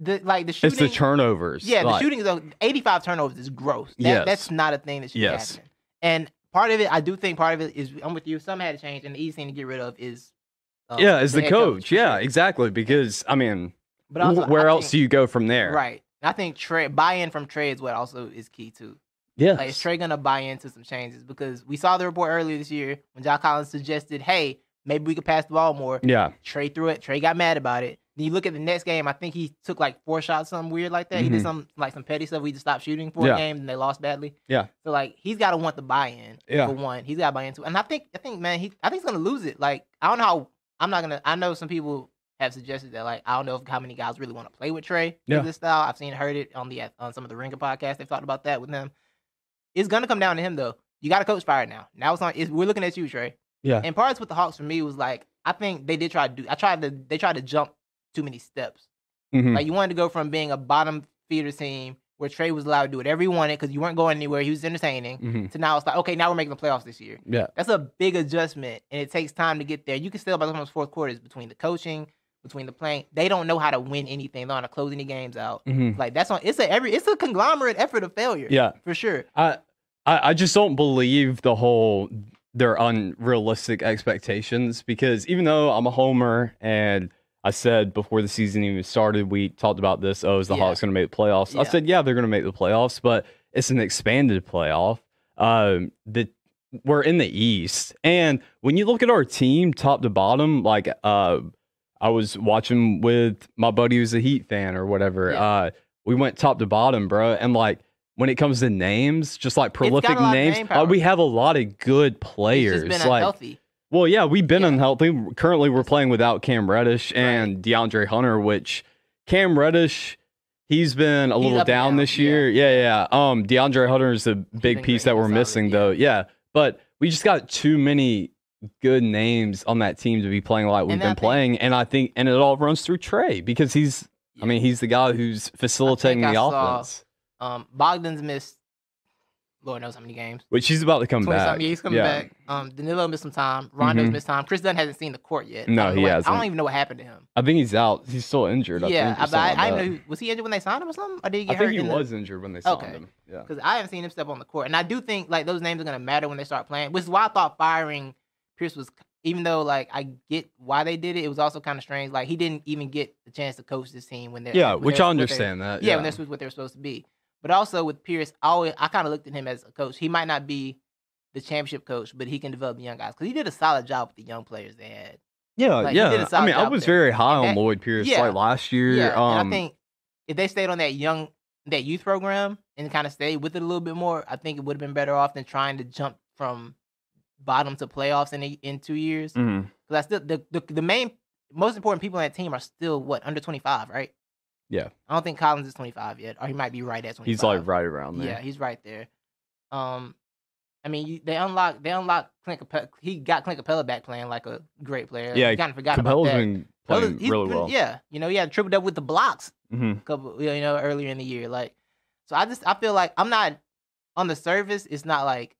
Speaker 1: the like the
Speaker 2: It's
Speaker 1: shooting.
Speaker 2: the turnovers.
Speaker 1: Yeah, the
Speaker 2: like,
Speaker 1: shooting is eighty-five turnovers is gross. That,
Speaker 2: Yes.
Speaker 1: that's not a thing that should
Speaker 2: Yes.
Speaker 1: happen. And part of it, I do think part of it is I'm with you. Some had to change, and the easy thing to get rid of is uh,
Speaker 2: Yeah, is the,
Speaker 1: head
Speaker 2: coach.
Speaker 1: for
Speaker 2: Yeah,
Speaker 1: sure.
Speaker 2: exactly. Because I mean,
Speaker 1: But also,
Speaker 2: wh- where
Speaker 1: I
Speaker 2: else do
Speaker 1: think-
Speaker 2: you go from there?
Speaker 1: Right. And I think tra- buy-in from Trey is what also is key too.
Speaker 2: Yes.
Speaker 1: Like, is Trey gonna buy into some changes? Because we saw the report earlier this year when John Collins suggested, "Hey, maybe we could pass the ball more."
Speaker 2: yeah.
Speaker 1: Trey threw it. Trey got mad about it. Then you look at the next game. I think he took like four shots, something weird like that. He did
Speaker 2: Mhm.
Speaker 1: some like some petty stuff. We just stopped shooting for
Speaker 2: Yeah.
Speaker 1: a game, and they lost badly.
Speaker 2: Yeah.
Speaker 1: So like he's got to want the buy-in
Speaker 2: Yeah.
Speaker 1: for one. He's got to buy into, it. and I think I think man, he I think he's gonna lose it. Like I don't know. how I'm not gonna. I know some people have suggested that like I don't know if how many guys really want to play with Trey
Speaker 2: Yeah.
Speaker 1: in this style. I've seen heard it on the on some of the Ringer podcasts. They've talked about that with him. It's gonna come down to him though. You got a coach fired now. Now it's on. It's, we're looking at you, Trey.
Speaker 2: Yeah.
Speaker 1: And parts with the Hawks for me was like I think they did try to do. I tried to. They tried to jump too many steps.
Speaker 2: Mhm.
Speaker 1: Like you wanted to go from being a bottom feeder team where Trey was allowed to do whatever he wanted because you weren't going anywhere. He was entertaining.
Speaker 2: Mhm.
Speaker 1: To now it's like okay, now we're making the playoffs this year.
Speaker 2: Yeah.
Speaker 1: That's a big adjustment, and it takes time to get there. You can still by the time it's fourth quarters between the coaching, between the playing, they don't know how to win anything. They don't know how to close any games out.
Speaker 2: Mhm.
Speaker 1: Like that's on. It's a every. It's a conglomerate effort of failure.
Speaker 2: Yeah.
Speaker 1: for sure.
Speaker 2: I, I I just don't believe the whole their unrealistic expectations because even though I'm a homer and I said before the season even started, we talked about this. Oh, is the
Speaker 1: Yeah.
Speaker 2: Hawks going to make the playoffs? I
Speaker 1: Yeah.
Speaker 2: said, yeah, they're going to make the playoffs, but it's an expanded playoff. Um, the we're in the East, and when you look at our team, top to bottom, like uh, I was watching with my buddy who's a Heat fan or whatever.
Speaker 1: Yeah.
Speaker 2: Uh, we went top to bottom, bro, and like when it comes to names, just like
Speaker 1: got a lot
Speaker 2: prolific
Speaker 1: of
Speaker 2: names,
Speaker 1: name
Speaker 2: uh,
Speaker 1: power.
Speaker 2: we have a lot of good
Speaker 1: It's
Speaker 2: players.
Speaker 1: just been
Speaker 2: like,
Speaker 1: unhealthy.
Speaker 2: well, yeah, we've been
Speaker 1: Yeah.
Speaker 2: unhealthy. Currently, we're playing without Cam Reddish and DeAndre Hunter, which Cam Reddish, he's been a
Speaker 1: He's
Speaker 2: little
Speaker 1: up and
Speaker 2: down
Speaker 1: down,
Speaker 2: this
Speaker 1: yeah.
Speaker 2: year. Yeah. yeah, Um, DeAndre Hunter is the big
Speaker 1: been
Speaker 2: piece
Speaker 1: great.
Speaker 2: that we're
Speaker 1: Solid,
Speaker 2: missing,
Speaker 1: yeah.
Speaker 2: though. Yeah, but we just got too many good names on that team to be playing like we've
Speaker 1: And I
Speaker 2: been
Speaker 1: think-
Speaker 2: playing, and I think, and it all runs through Trey because he's, I
Speaker 1: Yeah.
Speaker 2: mean, he's the guy who's facilitating the
Speaker 1: I saw-
Speaker 2: offense,
Speaker 1: Um, Bogdan's missed, Lord knows how many games.
Speaker 2: which he's about to come
Speaker 1: 20
Speaker 2: back.
Speaker 1: something. Yeah, he's coming
Speaker 2: Yeah.
Speaker 1: back. Um, Danilo missed some time. Rondo's
Speaker 2: Mhm.
Speaker 1: missed time. Chris Dunn hasn't seen the court yet.
Speaker 2: No,
Speaker 1: I don't know
Speaker 2: he
Speaker 1: what- I
Speaker 2: hasn't.
Speaker 1: don't even know what happened to him.
Speaker 2: I think he's out. He's still injured. I
Speaker 1: yeah,
Speaker 2: think, or
Speaker 1: I, but I,
Speaker 2: something
Speaker 1: I
Speaker 2: like
Speaker 1: didn't
Speaker 2: that.
Speaker 1: know. He, was he injured when they signed him or something? Or did he
Speaker 2: I
Speaker 1: get
Speaker 2: think
Speaker 1: hurt?
Speaker 2: he was injured when they signed
Speaker 1: Okay.
Speaker 2: him. Yeah.
Speaker 1: Because I haven't seen him step on the court, and I do think like those names are gonna matter when they start playing. Which is why I thought firing Pierce was, even though like I get why they did it, it was also kind of strange. Like he didn't even get the chance to coach this team when they're
Speaker 2: Yeah,
Speaker 1: when
Speaker 2: which
Speaker 1: they're-
Speaker 2: I
Speaker 1: when they're-
Speaker 2: understand that.
Speaker 1: yeah, when this was what they're supposed to be. But also with Pierce, I always I kind of looked at him as a coach. He might not be the championship coach, but he can develop the young guys because he did a solid job with the young players they had.
Speaker 2: yeah,
Speaker 1: like, he
Speaker 2: yeah.
Speaker 1: did a
Speaker 2: I
Speaker 1: solid
Speaker 2: mean, I
Speaker 1: job
Speaker 2: was
Speaker 1: there.
Speaker 2: very high on
Speaker 1: that-
Speaker 2: Lloyd Pierce
Speaker 1: yeah.
Speaker 2: like last year. um,
Speaker 1: and I think if they stayed on that young that youth program and kind of stayed with it a little bit more, I think it would have been better off than trying to jump from bottom to playoffs in a, in two years. Because
Speaker 2: mhm.
Speaker 1: I still the, the the main most important people on that team are still what under twenty five, right?
Speaker 2: Yeah.
Speaker 1: I don't think Collins is twenty five yet, or he might be right at twenty five.
Speaker 2: he's like right around there.
Speaker 1: Yeah, he's right there. Um, I mean, you, they unlock they unlock Clint Capella. He got Clint Capella back playing like a great player.
Speaker 2: Yeah,
Speaker 1: you kind of forgot
Speaker 2: Capella's
Speaker 1: about that.
Speaker 2: been
Speaker 1: Capella's-
Speaker 2: playing
Speaker 1: he's
Speaker 2: really
Speaker 1: been-
Speaker 2: well.
Speaker 1: Yeah, Mm-hmm. you know, he had triple double with the blocks
Speaker 2: Mhm.
Speaker 1: a couple, you know, earlier in the year. Like, so I just I feel like I'm not on the surface. It's not like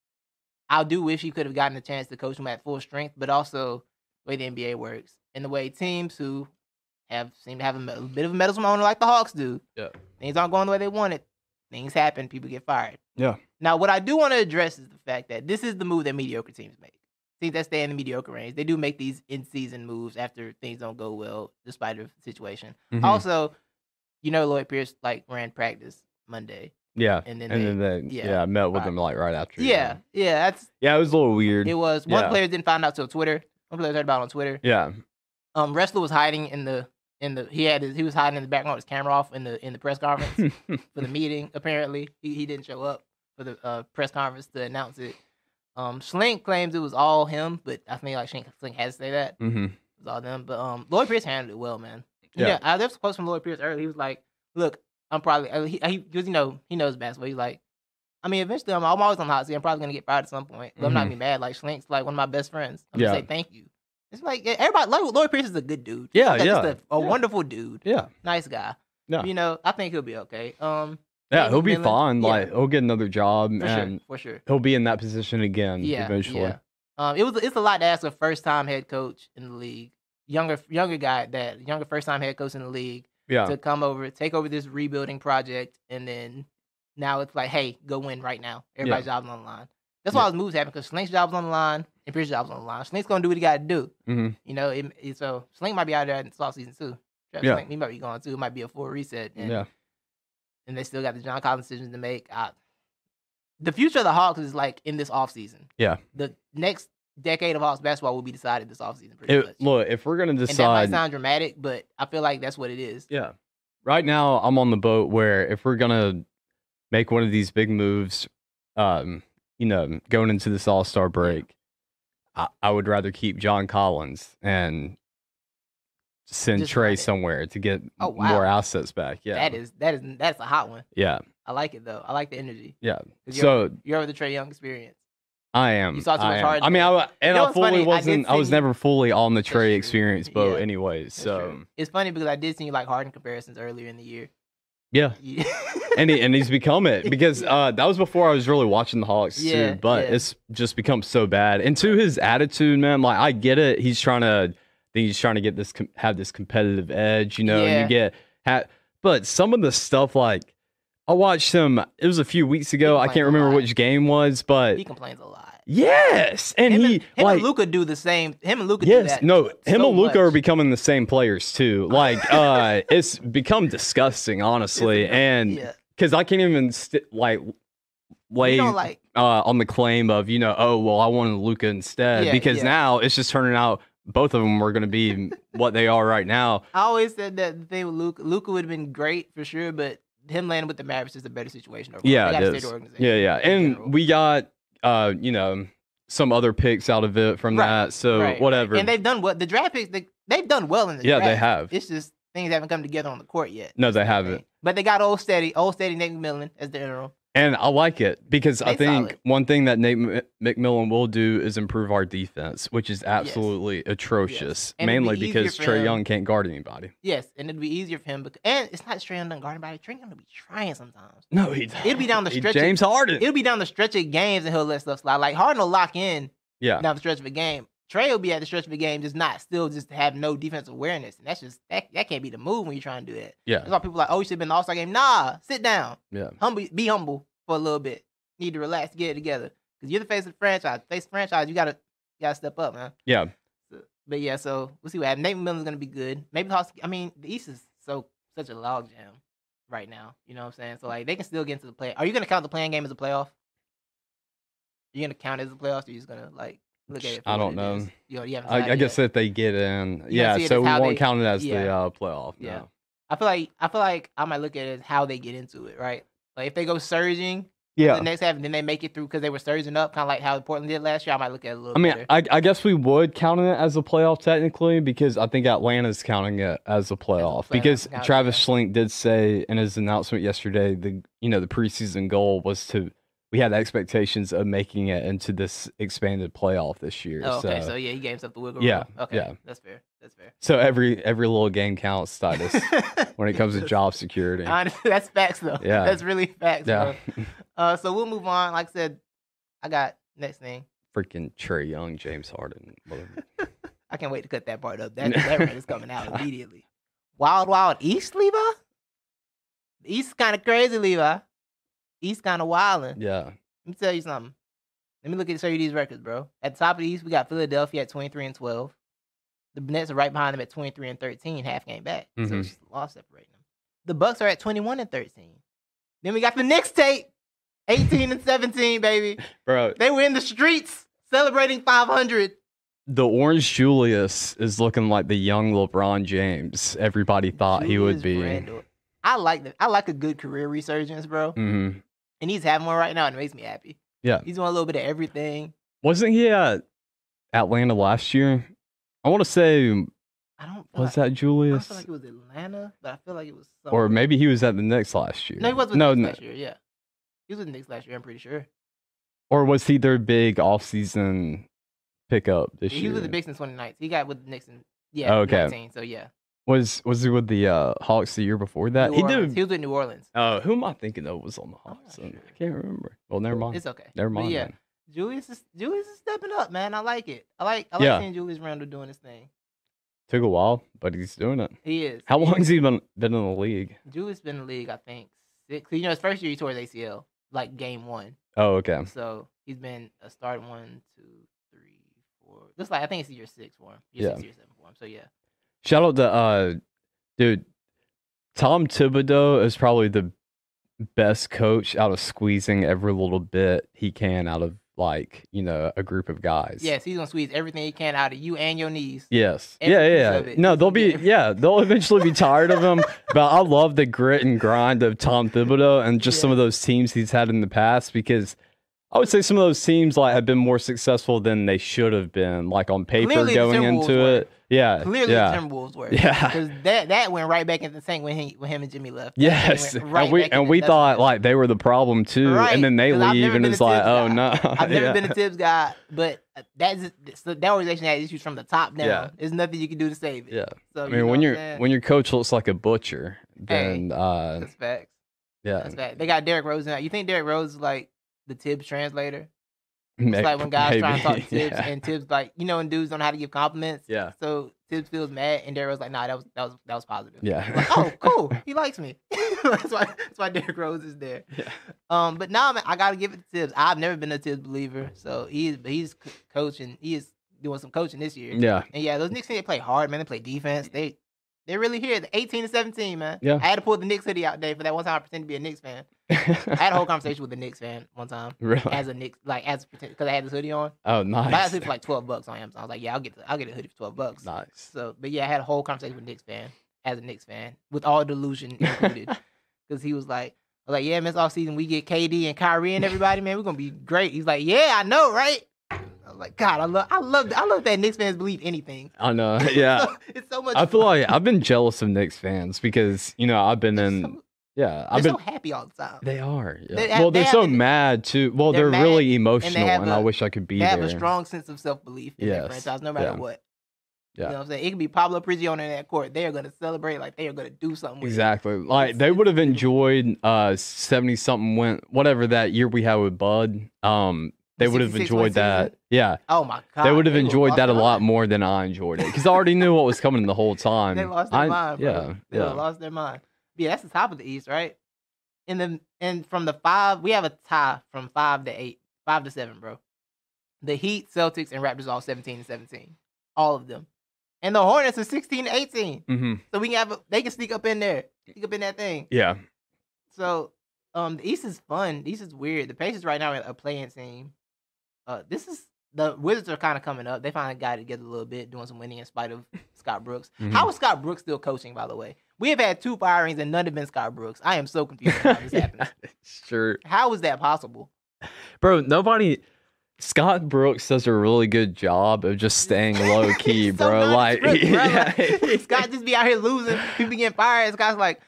Speaker 1: I do wish he could have gotten a chance to coach him at full strength, but also the way the NBA works and the way teams who have seem to have a, me- a bit of a medicine owner like the Hawks do.
Speaker 2: Yeah.
Speaker 1: Things aren't going the way they wanted. Things happen. People get fired.
Speaker 2: Yeah.
Speaker 1: Now, what I do want to address is the fact that this is the move that mediocre teams make. Teams that stay in the mediocre range, they do make these in-season moves after things don't go well, despite the situation.
Speaker 2: Mhm.
Speaker 1: Also, you know, Lloyd Pierce like ran practice Monday.
Speaker 2: yeah,
Speaker 1: and
Speaker 2: and
Speaker 1: then
Speaker 2: then, they-
Speaker 1: yeah,
Speaker 2: yeah, I met with
Speaker 1: fine.
Speaker 2: him like right after.
Speaker 1: Yeah, yeah, that's
Speaker 2: yeah, it was a little weird.
Speaker 1: it. Was one
Speaker 2: Yeah.
Speaker 1: player didn't find out till Twitter. One player heard about it on Twitter.
Speaker 2: yeah,
Speaker 1: Um, wrestler was hiding in the in the he had his, he was hiding in the background with his camera off in the in the press conference. for the meeting. Apparently, he, he didn't show up for the uh, press conference to announce it. Um, Slink claims it was all him, but I think like Slink, Slink has to say that it
Speaker 2: Mhm.
Speaker 1: was all them. But um, Lloyd Pierce handled it well, man.
Speaker 2: Yeah.
Speaker 1: Yeah, I, there was a post from Lloyd Pierce earlier. He was like, "Look, I'm probably uh, he, he cause, you know he knows basketball. He's like, I mean, eventually I'm, I'm always on the hot seat. I'm probably gonna get fired at some point, but I'm not
Speaker 2: Mhm.
Speaker 1: gonna be mad. Like Slink's like one of my best friends. I'm
Speaker 2: Yeah.
Speaker 1: gonna say thank you. It's like yeah, everybody. Lloyd, Lloyd Pierce is a good dude.
Speaker 2: Yeah,
Speaker 1: He's
Speaker 2: yeah,
Speaker 1: just a, a
Speaker 2: yeah.
Speaker 1: wonderful dude,
Speaker 2: yeah,
Speaker 1: nice guy.
Speaker 2: Yeah.
Speaker 1: You know, I think he'll be okay. Um,
Speaker 2: yeah. He'll be
Speaker 1: Jalen-
Speaker 2: fine.
Speaker 1: yeah.
Speaker 2: Like he'll get another job,
Speaker 1: for
Speaker 2: and
Speaker 1: sure, for sure.
Speaker 2: he'll be in that position again
Speaker 1: Yeah,
Speaker 2: eventually.
Speaker 1: yeah. Um, it was it's a lot to ask a first time head coach in the league, younger younger guy that younger first time head coach in the league
Speaker 2: Yeah.
Speaker 1: to come over, take over this rebuilding project, and then now it's like, hey, go win right now. Everybody's job's on the line. That's why
Speaker 2: Yeah.
Speaker 1: all those moves happen because Slink's job's on the line and Pierce's job's on the line. Slink's gonna do what he got to do.
Speaker 2: hmm
Speaker 1: You know, it, it- so Slink might be out there in this season too. Travis
Speaker 2: Yeah.
Speaker 1: Slink, he might be going too. It might be a full reset. And,
Speaker 2: Yeah.
Speaker 1: and they still got the John Collins decision to make. I, the future of the Hawks is like in this offseason.
Speaker 2: Yeah.
Speaker 1: The next decade of Hawks basketball will be decided this offseason pretty much.
Speaker 2: It, look, if we're gonna
Speaker 1: and that might
Speaker 2: decide,
Speaker 1: sound dramatic, but I feel like that's what it is.
Speaker 2: yeah. Right now, I'm on the boat where if we're gonna make one of these big moves, um, you know, going into this All Star break, I, I would rather keep John Collins and send
Speaker 1: Just ride
Speaker 2: Trey
Speaker 1: it.
Speaker 2: somewhere to get
Speaker 1: Oh, wow.
Speaker 2: more assets back. Yeah.
Speaker 1: That is that is that's a hot one.
Speaker 2: Yeah.
Speaker 1: I like it though. I like the energy.
Speaker 2: Yeah.
Speaker 1: 'Cause You're,
Speaker 2: So
Speaker 1: you're over the Trey Young experience.
Speaker 2: I am.
Speaker 1: You saw too
Speaker 2: I,
Speaker 1: much
Speaker 2: am.
Speaker 1: hard-
Speaker 2: I mean, I wa- and
Speaker 1: know
Speaker 2: I
Speaker 1: what's
Speaker 2: fully
Speaker 1: funny? I did
Speaker 2: wasn't. I, was
Speaker 1: see-
Speaker 2: never fully on the
Speaker 1: That's
Speaker 2: Trey
Speaker 1: true.
Speaker 2: experience boat,
Speaker 1: Yeah.
Speaker 2: anyways.
Speaker 1: That's
Speaker 2: So
Speaker 1: true. it's funny because I did see you like Harden comparisons earlier in the year.
Speaker 2: yeah,
Speaker 1: Yeah.
Speaker 2: and he, and he's become it because uh, that was before I was really watching the Hawks
Speaker 1: Yeah,
Speaker 2: too. But
Speaker 1: yeah.
Speaker 2: it's just become so bad. And to his attitude, man, like I get it. He's trying to. I think he's trying to get this com- have this competitive edge, you know. And
Speaker 1: Yeah.
Speaker 2: you get ha- but some of the stuff like I watched him. It was a few weeks ago. I
Speaker 1: complains a
Speaker 2: can't remember
Speaker 1: lot.
Speaker 2: which game was, but
Speaker 1: he complains a lot.
Speaker 2: yes, and
Speaker 1: him
Speaker 2: he
Speaker 1: and, him
Speaker 2: like
Speaker 1: and Luca do the same. Him and Luca do
Speaker 2: Yes,
Speaker 1: that.
Speaker 2: no, him
Speaker 1: so
Speaker 2: and Luca are
Speaker 1: much.
Speaker 2: becoming the same players too. Like, uh, it's become disgusting, honestly,
Speaker 1: It's a-
Speaker 2: and
Speaker 1: yeah.
Speaker 2: because I can't even st- like
Speaker 1: We
Speaker 2: lay
Speaker 1: don't like
Speaker 2: uh, on the claim of you know, oh well, I wanted Luca instead
Speaker 1: Yeah,
Speaker 2: because
Speaker 1: yeah.
Speaker 2: now it's just turning out both of them are going to be what they are right now.
Speaker 1: I always said that the thing with Luca Luca would have been great for sure, but him landing with the Mavericks is a better situation overall.
Speaker 2: Yeah,
Speaker 1: They gotta
Speaker 2: it
Speaker 1: stay
Speaker 2: is.
Speaker 1: the organization
Speaker 2: Yeah, yeah,
Speaker 1: in
Speaker 2: and
Speaker 1: general.
Speaker 2: we got uh, you know some other picks out of it from
Speaker 1: Right,
Speaker 2: that, so
Speaker 1: Right.
Speaker 2: whatever.
Speaker 1: And they've done what the draft picks they they've done well in the
Speaker 2: yeah,
Speaker 1: draft.
Speaker 2: they have.
Speaker 1: It's just things haven't come together on the court yet.
Speaker 2: No, they
Speaker 1: I
Speaker 2: haven't.
Speaker 1: think. But they got old steady, old steady Nate McMillan as the interim.
Speaker 2: And I like it because I
Speaker 1: They
Speaker 2: think
Speaker 1: solid.
Speaker 2: one thing that Nate M- McMillan will do is improve our defense, which is absolutely atrocious.
Speaker 1: And it'd be
Speaker 2: Mainly
Speaker 1: easier
Speaker 2: because
Speaker 1: for
Speaker 2: Trey
Speaker 1: him-
Speaker 2: Young can't guard anybody.
Speaker 1: Yes, and it'd be easier for him. Because, and it's not Trae Young doesn't guard anybody. Trae Young will be trying sometimes.
Speaker 2: No, he doesn't.
Speaker 1: It'd be down the
Speaker 2: He
Speaker 1: stretch.
Speaker 2: James Harden.
Speaker 1: It'll be down the stretch of games and he'll let stuff slide. Like Harden will lock in
Speaker 2: yeah,
Speaker 1: down the stretch of a game. Trey will be at the stretch of a game, just not still just have no defense awareness. And that's just that, that can't be the move when you're trying to do that. That's
Speaker 2: yeah,
Speaker 1: why people are like, oh, you should have been in the All Star game. Nah, sit down.
Speaker 2: yeah.
Speaker 1: Humble, be humble for a little bit. Need to relax, get it together. Because you're the face of the franchise. Face of the franchise, you gotta you gotta step up, man.
Speaker 2: Yeah.
Speaker 1: So- but yeah, so we'll see what happens. Nate Miller's gonna be good. Maybe Hawks, I mean, the East is so such a log jam right now. You know what I'm saying? So like they can still get into the play. Are you gonna count the playing game as a playoff? You're gonna count it as a playoff, or you just gonna like look at it. for
Speaker 2: I
Speaker 1: what
Speaker 2: don't
Speaker 1: it
Speaker 2: know.
Speaker 1: is? You know, you haven't
Speaker 2: I,
Speaker 1: decided
Speaker 2: I
Speaker 1: yet.
Speaker 2: guess if they get in, yeah.
Speaker 1: see it
Speaker 2: So
Speaker 1: as
Speaker 2: we
Speaker 1: how
Speaker 2: won't
Speaker 1: they-
Speaker 2: count it as the
Speaker 1: yeah.
Speaker 2: uh, playoff. No.
Speaker 1: Yeah. I feel like I feel like I might look at it as how they get into it, right? Like if they go surging, the
Speaker 2: Yeah.
Speaker 1: next half, and then they make it through because they were surging up, kind of like how Portland did last year. I might look at it a little.
Speaker 2: I mean,
Speaker 1: better.
Speaker 2: I, I guess we would count it as a playoff technically because I think Atlanta's counting it as a playoff
Speaker 1: playoff,
Speaker 2: because
Speaker 1: yeah.
Speaker 2: Travis Schlink did say in his announcement yesterday the you know the preseason goal was to we had expectations of making it into this expanded playoff this year.
Speaker 1: oh, okay, so,
Speaker 2: so,
Speaker 1: yeah, he gave himself the wiggle
Speaker 2: Yeah,
Speaker 1: room. Okay,
Speaker 2: yeah.
Speaker 1: that's fair. That's fair.
Speaker 2: so every every little game counts, Titus, when it comes to job security.
Speaker 1: Honestly, that's facts though.
Speaker 2: Yeah.
Speaker 1: that's really facts.
Speaker 2: Yeah,
Speaker 1: Bro. Uh, so we'll move on. Like I said, I got next thing.
Speaker 2: freaking Trey Young, James Harden. whatever.
Speaker 1: I can't wait to cut that part up. That that rant is coming out immediately. Wild Wild East, Levi. The East kind of crazy, Levi. East kind of wildin'.
Speaker 2: Yeah,
Speaker 1: Let me tell you something. Let me look at show you these records, bro. At the top of the East, we got Philadelphia at 23 and 12. The Nets are right behind them at 23 and 13, half game back. So
Speaker 2: Mhm.
Speaker 1: it's just a loss separating them. The Bucks are at 21 and 13. Then we got the Knicks tape, 18 and 17, baby.
Speaker 2: bro.
Speaker 1: They were in the streets celebrating 500.
Speaker 2: the Orange Julius is looking like the young LeBron James everybody thought he
Speaker 1: Julius
Speaker 2: would be.
Speaker 1: Randle. I like that. I like a good career resurgence, bro.
Speaker 2: hmm
Speaker 1: And he's having one right now, and it makes me happy.
Speaker 2: Yeah.
Speaker 1: He's doing a little bit of everything.
Speaker 2: Wasn't he at Atlanta last year? I want to say,
Speaker 1: I don't feel
Speaker 2: was
Speaker 1: like-
Speaker 2: that
Speaker 1: I don't
Speaker 2: Julius?
Speaker 1: feel like it was Atlanta, but I feel like it was somewhere.
Speaker 2: Or maybe he was at the Knicks last year.
Speaker 1: No, he was with no,
Speaker 2: no,
Speaker 1: Knicks
Speaker 2: no.
Speaker 1: last year. Yeah, he was with Knicks last year. I'm pretty sure.
Speaker 2: Or was he their big offseason pickup this
Speaker 1: he
Speaker 2: year?
Speaker 1: was with the Knicks in 2019. He got with the Knicks in yeah
Speaker 2: Oh, okay.
Speaker 1: 19. So yeah,
Speaker 2: was was he with the uh, Hawks the year before that?
Speaker 1: New
Speaker 2: he
Speaker 1: Orleans.
Speaker 2: did.
Speaker 1: He was Oh, with New Orleans.
Speaker 2: Uh, who am I thinking of was on the
Speaker 1: I'm
Speaker 2: Hawks?
Speaker 1: not
Speaker 2: I
Speaker 1: sure.
Speaker 2: can't remember. Well, never mind.
Speaker 1: It's okay.
Speaker 2: never
Speaker 1: But
Speaker 2: mind.
Speaker 1: yeah,
Speaker 2: then.
Speaker 1: Julius is Julius is stepping up, man. I like it. I like I like
Speaker 2: Yeah.
Speaker 1: seeing Julius Randle doing his thing.
Speaker 2: Took a while, but he's doing it.
Speaker 1: He is.
Speaker 2: How long has he been been in the league?
Speaker 1: Julie's been in the league, I think. Six, you know, his first year he tore his ACL, like game one.
Speaker 2: Oh, okay.
Speaker 1: So he's been a start one, two, three, four. Looks like I think it's year six for him. Year six, year seven for him. So yeah.
Speaker 2: Shout out to uh, dude, Tom Thibodeau is probably the best coach out of squeezing every little bit he can out of like you know a group of guys.
Speaker 1: Yes, he's gonna squeeze everything he can out of you and your knees.
Speaker 2: Yes.
Speaker 1: Every
Speaker 2: yeah,
Speaker 1: piece
Speaker 2: yeah,
Speaker 1: of
Speaker 2: yeah.
Speaker 1: it.
Speaker 2: No, they'll be
Speaker 1: Yeah.
Speaker 2: yeah, they'll eventually be tired of him. but I love the grit and grind of Tom Thibodeau and just some
Speaker 1: Yeah.
Speaker 2: of those teams he's had in the past because I would say some of those teams like have been more successful than they should have been, like on paper
Speaker 1: Clearly the
Speaker 2: going
Speaker 1: Timberwolves
Speaker 2: into
Speaker 1: were.
Speaker 2: it. Yeah.
Speaker 1: Clearly,
Speaker 2: yeah.
Speaker 1: the Timberwolves were.
Speaker 2: yeah.
Speaker 1: Because that, that went right back in the tank when he when him and Jimmy left. That thing
Speaker 2: Yes.
Speaker 1: went
Speaker 2: and
Speaker 1: right
Speaker 2: we
Speaker 1: back in
Speaker 2: and
Speaker 1: the
Speaker 2: we
Speaker 1: dust.
Speaker 2: thought like they were the problem too.
Speaker 1: Right,
Speaker 2: And then they
Speaker 1: 'cause I've
Speaker 2: leave
Speaker 1: never
Speaker 2: and
Speaker 1: been
Speaker 2: it's
Speaker 1: a
Speaker 2: like,
Speaker 1: Tibbs
Speaker 2: oh
Speaker 1: guy.
Speaker 2: no.
Speaker 1: I've never
Speaker 2: Yeah.
Speaker 1: been a Tibbs guy, but uh, that's so that organization had issues from the top down.
Speaker 2: Yeah.
Speaker 1: There's nothing you can do to save it.
Speaker 2: Yeah.
Speaker 1: So,
Speaker 2: I
Speaker 1: you know
Speaker 2: mean when
Speaker 1: what
Speaker 2: your
Speaker 1: I'm saying?
Speaker 2: when your coach looks like a butcher, then uh
Speaker 1: that's facts.
Speaker 2: yeah.
Speaker 1: That's fact. They got Derrick Rose now. You think Derrick Rose is like the Tibbs translator?
Speaker 2: may-
Speaker 1: It's like when guys try and talk to
Speaker 2: maybe,
Speaker 1: Tibbs,
Speaker 2: yeah.
Speaker 1: and Tibbs like you know when dudes don't know how to give compliments.
Speaker 2: Yeah.
Speaker 1: So Tibbs feels mad, and Derrick Rose like, nah, that was that was that was positive.
Speaker 2: Yeah.
Speaker 1: Like, oh, cool. He likes me. that's why that's why Derrick Rose is there.
Speaker 2: Yeah.
Speaker 1: Um, but now man, I gotta give it to Tibbs. I've never been a Tibbs believer, so he is he's c- coaching. He is doing some coaching this year.
Speaker 2: Yeah.
Speaker 1: And yeah, those Knicks team, they play hard, man. They play defense. They they're really here. The 18 to 17, man.
Speaker 2: Yeah.
Speaker 1: I had to pull the Knicks hoodie out day for that one time I pretended to be a Knicks fan. I had a whole conversation with a Knicks fan one time
Speaker 2: really?
Speaker 1: as a Knicks, like as because I had this hoodie on.
Speaker 2: Oh,
Speaker 1: But I had
Speaker 2: nice.
Speaker 1: this hoodie for like 12 bucks on Amazon. I was like, yeah, I'll get the, I'll get a hoodie for 12 bucks.
Speaker 2: Nice.
Speaker 1: So, but yeah, I had a whole conversation with a Knicks fan as a Knicks fan with all delusion included, because he was like. I was like, yeah, man, it's offseason. We get KD and Kyrie and everybody, man. We're gonna be great. He's like, yeah, I know, right? I was like, God, I love, I love, I love that Knicks fans believe anything.
Speaker 2: I know. Yeah.
Speaker 1: it's so much.
Speaker 2: I feel
Speaker 1: fun.
Speaker 2: like I've been jealous of Knicks fans because you know I've been
Speaker 1: They're
Speaker 2: in.
Speaker 1: so,
Speaker 2: Yeah,
Speaker 1: they're
Speaker 2: I've been.
Speaker 1: so happy all the time.
Speaker 2: They are. yeah.
Speaker 1: They have-
Speaker 2: well,
Speaker 1: they
Speaker 2: they're
Speaker 1: have
Speaker 2: so
Speaker 1: an-
Speaker 2: mad too. Well,
Speaker 1: they're
Speaker 2: they're,
Speaker 1: mad
Speaker 2: really emotional,
Speaker 1: have
Speaker 2: and I
Speaker 1: a-
Speaker 2: wish I could be
Speaker 1: They
Speaker 2: there.
Speaker 1: have a strong sense of self belief in their
Speaker 2: Yes.
Speaker 1: franchise, no matter
Speaker 2: Yeah.
Speaker 1: what.
Speaker 2: Yeah.
Speaker 1: You know what I'm saying? It could be Pablo Prigione in that court. They are gonna celebrate like they are gonna do something. With it.
Speaker 2: Exactly. Like
Speaker 1: It's-
Speaker 2: they
Speaker 1: it's
Speaker 2: would have
Speaker 1: beautiful.
Speaker 2: enjoyed uh seventy something went whatever that year we had with Bud. Um, they
Speaker 1: The
Speaker 2: would have
Speaker 1: 66 win
Speaker 2: enjoyed that.
Speaker 1: season?
Speaker 2: Yeah,
Speaker 1: Oh my god.
Speaker 2: they would have
Speaker 1: were
Speaker 2: enjoyed that a
Speaker 1: lost
Speaker 2: lot
Speaker 1: their
Speaker 2: more than I enjoyed it because I already knew what was coming the whole time.
Speaker 1: mind. They lost their
Speaker 2: I-
Speaker 1: mind. Bro.
Speaker 2: Yeah,
Speaker 1: They
Speaker 2: yeah.
Speaker 1: lost their mind. But yeah, that's the top of the East, right? And then and from the five, we have a tie from five to eight, five to seven, bro. The Heat, Celtics, and Raptors all 17 and 17. All of them. And the Hornets are 16 and 18.
Speaker 2: Mm-hmm.
Speaker 1: So we can have a, they can sneak up in there. Sneak up in that thing.
Speaker 2: Yeah.
Speaker 1: So, um, the East is fun. The East is weird. The Pacers right now are a playing team. Uh, this is the Wizards are kind of coming up. They finally got it together a little bit, doing some winning in spite of Scott Brooks.
Speaker 2: Mhm.
Speaker 1: How is Scott Brooks still coaching? By the way, we have had two firings and none have been Scott Brooks. I am so confused how this happened.
Speaker 2: sure.
Speaker 1: How is that possible?
Speaker 2: Bro, nobody Scott Brooks does a really good job of just staying low key,
Speaker 1: He's so
Speaker 2: bro. Like,
Speaker 1: nondescript, bro.
Speaker 2: yeah.
Speaker 1: Like, Scott just be out here losing. People getting fired. and Scott's like,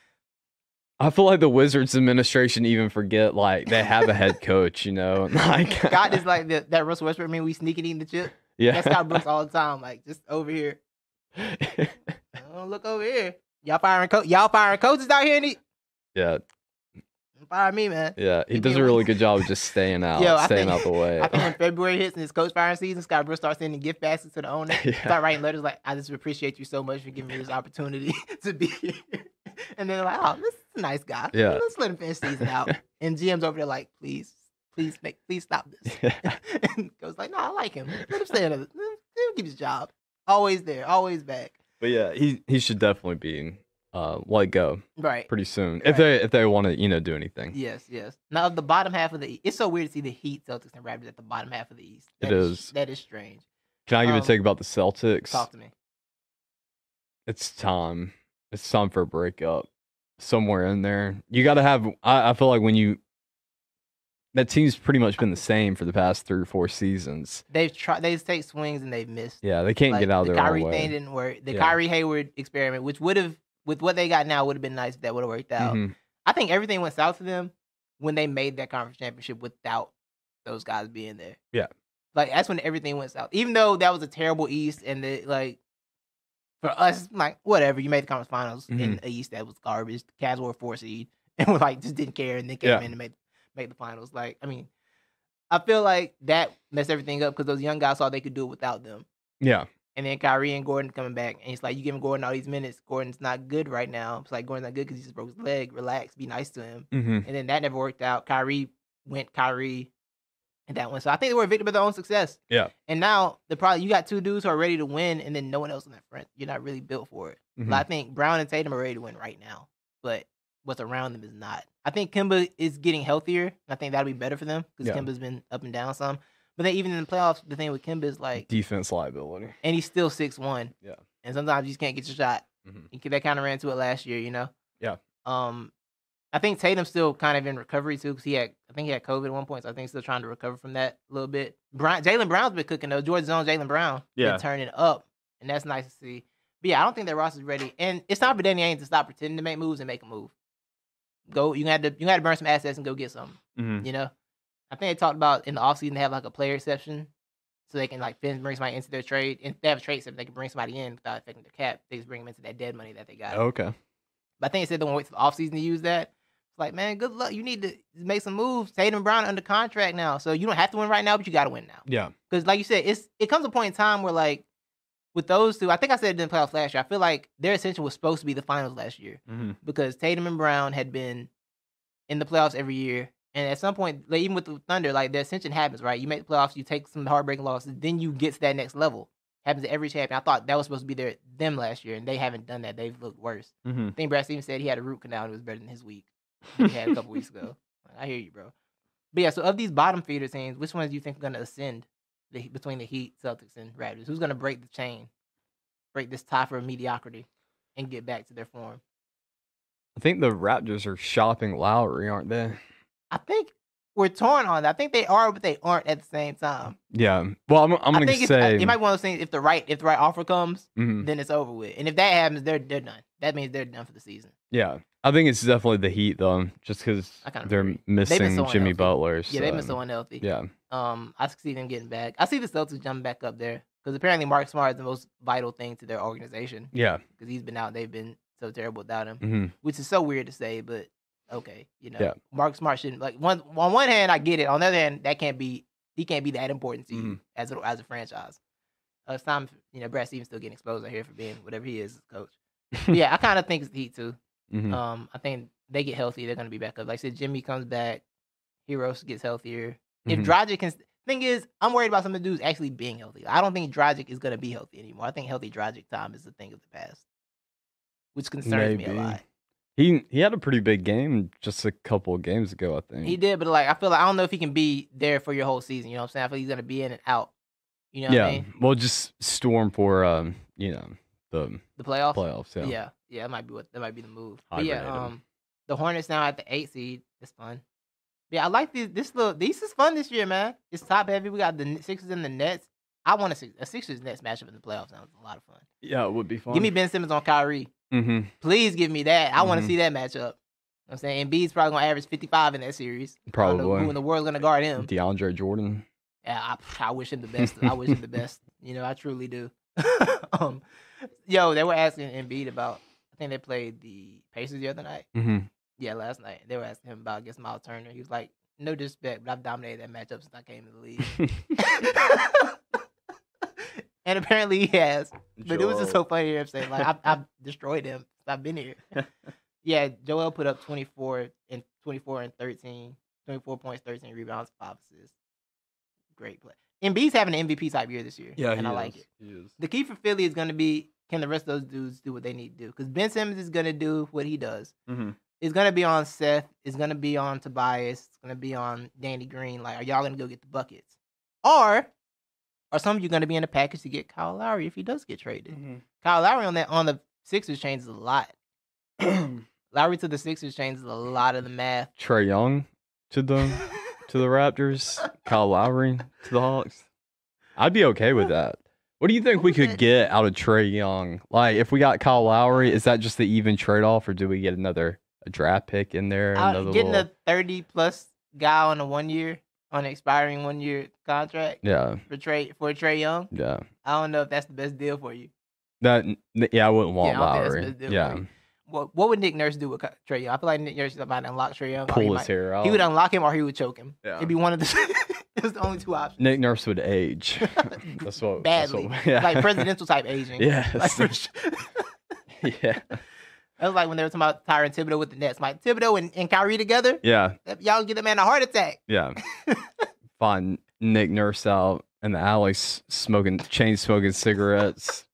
Speaker 2: I feel like the Wizards administration even forget like they have a head coach, you know. and, Like
Speaker 1: Scott is like the, that Russell Westbrook. Man, we sneaking eating the chip.
Speaker 2: yeah.
Speaker 1: That's Scott Brooks all the time. Like just over here. Oh, look over here. Y'all firing co- y'all firing coaches out here and he
Speaker 2: yeah,
Speaker 1: fire me, man.
Speaker 2: yeah. He
Speaker 1: Give
Speaker 2: does
Speaker 1: me
Speaker 2: a
Speaker 1: a
Speaker 2: really
Speaker 1: win.
Speaker 2: good job of just staying out,
Speaker 1: Yo, I
Speaker 2: staying
Speaker 1: think-
Speaker 2: out the way.
Speaker 1: I think when February hits and it's coach firing season, Scott Brooks starts sending gift baskets to the owner.
Speaker 2: yeah.
Speaker 1: Start writing letters like, I just appreciate you so much for giving me this opportunity to be here. And then like, oh, this is a nice guy.
Speaker 2: Yeah.
Speaker 1: Let's let him finish season out. And GM's over there like, please, please make please stop this.
Speaker 2: Yeah.
Speaker 1: and goes like, no, I like him. Let him stay another let him let him keep his job. Always there, always back.
Speaker 2: But yeah, he he should definitely be uh let go
Speaker 1: Right.
Speaker 2: pretty soon.
Speaker 1: Right.
Speaker 2: If they if they want to, you know, do anything.
Speaker 1: Yes, yes. Now of the bottom half of the East, it's so weird to see the Heat, Celtics, and Raptors at the bottom half of the East.
Speaker 2: It
Speaker 1: That
Speaker 2: is.
Speaker 1: that is strange.
Speaker 2: Can I give
Speaker 1: Um,
Speaker 2: a take about the Celtics?
Speaker 1: Talk to me.
Speaker 2: it's time. It's time for a breakup. Somewhere in there, you got to have. I, I feel like when you that team's pretty much been the same for the past three or four seasons.
Speaker 1: They've tried. They take swings and they've missed.
Speaker 2: Yeah, they can't
Speaker 1: Like,
Speaker 2: get out of
Speaker 1: the
Speaker 2: their
Speaker 1: Kyrie
Speaker 2: own way.
Speaker 1: thing didn't work. The
Speaker 2: Yeah.
Speaker 1: Kyrie Hayward experiment, which would have with what they got now, would have been nice if that would have worked out.
Speaker 2: Mhm.
Speaker 1: I think everything went south for them when they made that conference championship without those guys being there.
Speaker 2: Yeah.
Speaker 1: Like that's when everything went south. Even though that was a terrible East and the like for us, like whatever, you made the conference finals in
Speaker 2: Mm-hmm.
Speaker 1: the East that was garbage. The Cavs were a four seed and were like just didn't care and then came
Speaker 2: Yeah.
Speaker 1: in and made made the finals. Like, I mean, I feel like that messed everything up because those young guys saw they could do it without them.
Speaker 2: Yeah,
Speaker 1: And then Kyrie and Gordon coming back, and it's like you giving Gordon all these minutes. Gordon's not good right now. It's like Gordon's not good because he just broke his leg. Relax, be nice to him.
Speaker 2: Mm-hmm.
Speaker 1: And then that never worked out. Kyrie went Kyrie, and that one. So I think they were a victim of their own success.
Speaker 2: Yeah.
Speaker 1: And now the problem you got two dudes who are ready to win, and then no one else on that front. You're not really built for it.
Speaker 2: mm-hmm.
Speaker 1: But I think Brown and Tatum are ready to win right now. But what's around them is not. I think Kimba is getting healthier. and I think that'll be better for them because
Speaker 2: Yeah.
Speaker 1: Kimba's been up and down some. But then even in the playoffs, the thing with Kimba is like,
Speaker 2: Defense liability.
Speaker 1: and he's still six one.
Speaker 2: Yeah.
Speaker 1: And sometimes you just can't get your shot.
Speaker 2: Mhm.
Speaker 1: You can- They kind of ran into it last year, you know.
Speaker 2: Yeah.
Speaker 1: Um, I think Tatum's still kind of in recovery too because he had, I think he had COVID at one point. So I think he's still trying to recover from that a little bit. Brian, Jalen Brown's been cooking though. George's own Jalen Brown. been
Speaker 2: Yeah.
Speaker 1: turning up, and that's nice to see. But yeah, I don't think that Ross is ready, and it's time for Danny Ainge to stop pretending to make moves and make a move. Go, you had to you had to burn some assets and go get something.
Speaker 2: Mm-hmm.
Speaker 1: You know, I think they talked about in the offseason they have like a player exception, so they can like fin- bring somebody into their trade. And if they have a trade exception, they can bring somebody in without affecting their cap. They just bring them into that dead money that they got.
Speaker 2: Okay.
Speaker 1: But I think they said they want to wait for the offseason to use that. It's like, man, good luck. You need to make some moves. Tatum Brown under contract now, so you don't have to win right now, but you got to win now.
Speaker 2: Yeah.
Speaker 1: Because like you said, it's it comes a point in time where like with those two, I think I said it in the playoffs last year. I feel like their ascension was supposed to be the finals last year
Speaker 2: Mm-hmm.
Speaker 1: because Tatum and Brown had been in the playoffs every year. And at some point, like, even with the Thunder, like their ascension happens, right? You make the playoffs, you take some heartbreaking losses, then you get to that next level. Happens to every champion. I thought that was supposed to be their them last year, and they haven't done that. They've looked worse. I
Speaker 2: Mm-hmm.
Speaker 1: think Brad Stevens said he had a root canal and it was better than his week that he had a couple weeks ago. Like, I hear you, bro. But yeah, so of these bottom feeder teams, which ones do you think are going to ascend the, between the Heat, Celtics, and Raptors? Who's going to break the chain, break this tie for mediocrity, and get back to their form?
Speaker 2: I think the Raptors are shopping Lowry, aren't they?
Speaker 1: I think we're torn on that. I think they are, but they aren't at the same time.
Speaker 2: Yeah. Well, I'm, I'm
Speaker 1: I
Speaker 2: going
Speaker 1: think
Speaker 2: to
Speaker 1: it's- uh,
Speaker 2: say.
Speaker 1: it might be one of those things. If the right if the right offer comes,
Speaker 2: Mhm.
Speaker 1: then it's over with. And if that happens, they're they're done. That means they're done for the season.
Speaker 2: Yeah. I think it's definitely the Heat, though, just because
Speaker 1: I kinda
Speaker 2: they're
Speaker 1: agree.
Speaker 2: missing
Speaker 1: so
Speaker 2: Jimmy
Speaker 1: unhealthy.
Speaker 2: Butler.
Speaker 1: Yeah, they've been
Speaker 2: so-
Speaker 1: so unhealthy.
Speaker 2: Yeah.
Speaker 1: Um, I see them getting back. I see the Celtics jumping back up there because apparently Mark Smart is the most vital thing to their organization
Speaker 2: Yeah.
Speaker 1: because he's been out. They've been so terrible without him,
Speaker 2: hmm
Speaker 1: which is so weird to say, but okay, you know,
Speaker 2: Yeah.
Speaker 1: Mark Smart shouldn't like one. On one hand, I get it. On the other hand, that can't be. He can't be that important to
Speaker 2: Mm-hmm.
Speaker 1: you as a as a franchise. Uh, it's time, you know, Brad Stevens still getting exposed out here for being whatever he is, as a coach. But yeah, I kind of think it's the Heat too.
Speaker 2: hmm
Speaker 1: Um, I think they get healthy, they're gonna be back up. Like I said, Jimmy comes back, Heroes gets healthier. If
Speaker 2: Mhm.
Speaker 1: Dragic can, thing is, I'm worried about some of the dudes actually being healthy. I don't think Dragic is gonna be healthy anymore. I think healthy Dragic time is a thing of the past, which concerns me a
Speaker 2: Maybe.
Speaker 1: lot.
Speaker 2: He he had a pretty big game just a couple of games ago, I think.
Speaker 1: He did, but like I feel like I don't know if he can be there for your whole season. You know what I'm saying? I feel he's gonna be in and out. You know what
Speaker 2: yeah.
Speaker 1: I mean?
Speaker 2: Well, just storm for um, you know, the
Speaker 1: The playoffs.
Speaker 2: playoffs. Yeah.
Speaker 1: Yeah. yeah, that might be what that might be the move. But
Speaker 2: Hibernate
Speaker 1: yeah,
Speaker 2: 'em.
Speaker 1: um, the Hornets now at the eight seed. It's fun. Yeah, I like this. This little this is fun this year, man. It's top heavy. We got the Kn- Sixers and the Nets. I want a, Six- a Sixers Nets matchup in the playoffs. That was a lot of fun.
Speaker 2: Yeah, it would be fun.
Speaker 1: Give me Ben Simmons on Kyrie.
Speaker 2: hmm
Speaker 1: Please give me that. I want to
Speaker 2: Mhm.
Speaker 1: see that matchup. I'm saying Embiid's probably gonna average 55 in that series. I don't know
Speaker 2: Probably.
Speaker 1: who in the world's gonna guard him.
Speaker 2: DeAndre Jordan.
Speaker 1: Yeah, I, I wish him the best. I wish him the best. You know, I truly do. um, yo, they were asking Embiid about. I think they played the Pacers the other night.
Speaker 2: Mm-hmm.
Speaker 1: Yeah, last night they were asking him about against Miles Turner. He was like, "No disrespect, but I've dominated that matchup since I came to the league." and apparently he has. But it was just so funny to hear him say, "Like I've, I've destroyed him. since I've been here." yeah, Joel put up twenty four and twenty four and 13, 24 points, thirteen rebounds, five assists. Great play. Embiid's having an MVP type year this year.
Speaker 2: yeah,
Speaker 1: and I like it. The key for Philly is going to be can the rest of those dudes do what they need to do? Because Ben Simmons is going to do what he does.
Speaker 2: Mhm.
Speaker 1: It's going to be on Seth. It's going to be on Tobias. It's going to be on Danny Green. Like, are y'all going to go get the buckets? Or are some of you going to be in a package to get Kyle Lowry if he does get traded?
Speaker 2: Mm.
Speaker 1: Kyle Lowry on that on the Sixers changes a lot. Lowry to the Sixers changes a lot of the math.
Speaker 2: Trey Young to the to the Raptors. Kyle Lowry to the Hawks. I'd be okay with that. What do you think we
Speaker 1: What was
Speaker 2: could
Speaker 1: it?
Speaker 2: get out of Trey Young? Like, if we got Kyle Lowry, is that just the even trade off, or do we get another a draft pick in there?
Speaker 1: Out-
Speaker 2: another
Speaker 1: Uh, getting
Speaker 2: little-
Speaker 1: a thirty plus guy on a one year on an expiring one year contract
Speaker 2: yeah,
Speaker 1: for Trey for Trey Young.
Speaker 2: yeah.
Speaker 1: I don't know if that's the best deal for you.
Speaker 2: That yeah, I wouldn't want
Speaker 1: I don't think that's
Speaker 2: Lowry.
Speaker 1: best deal for
Speaker 2: Yeah,
Speaker 1: you. What what would Nick Nurse do with Ky- Trey Young? I feel like Nick Nurse is about to unlock Trey Young. or he,
Speaker 2: pull his
Speaker 1: might-
Speaker 2: hair out.
Speaker 1: he would unlock him or he would choke him.
Speaker 2: Yeah.
Speaker 1: It'd be one of the That's the only two options.
Speaker 2: Nick Nurse would age. That's what. that's
Speaker 1: Badly.
Speaker 2: what- yeah.
Speaker 1: Like presidential type aging. Like, for
Speaker 2: Yes.
Speaker 1: sure.
Speaker 2: yeah.
Speaker 1: that was like when they were talking about Tyron Thibodeau with the Nets. Like Thibodeau and, and Kyrie together,
Speaker 2: Yeah.
Speaker 1: that- y'all get a man a heart attack.
Speaker 2: Yeah. Find Nick Nurse out in the alley s- smoking, chain smoking cigarettes.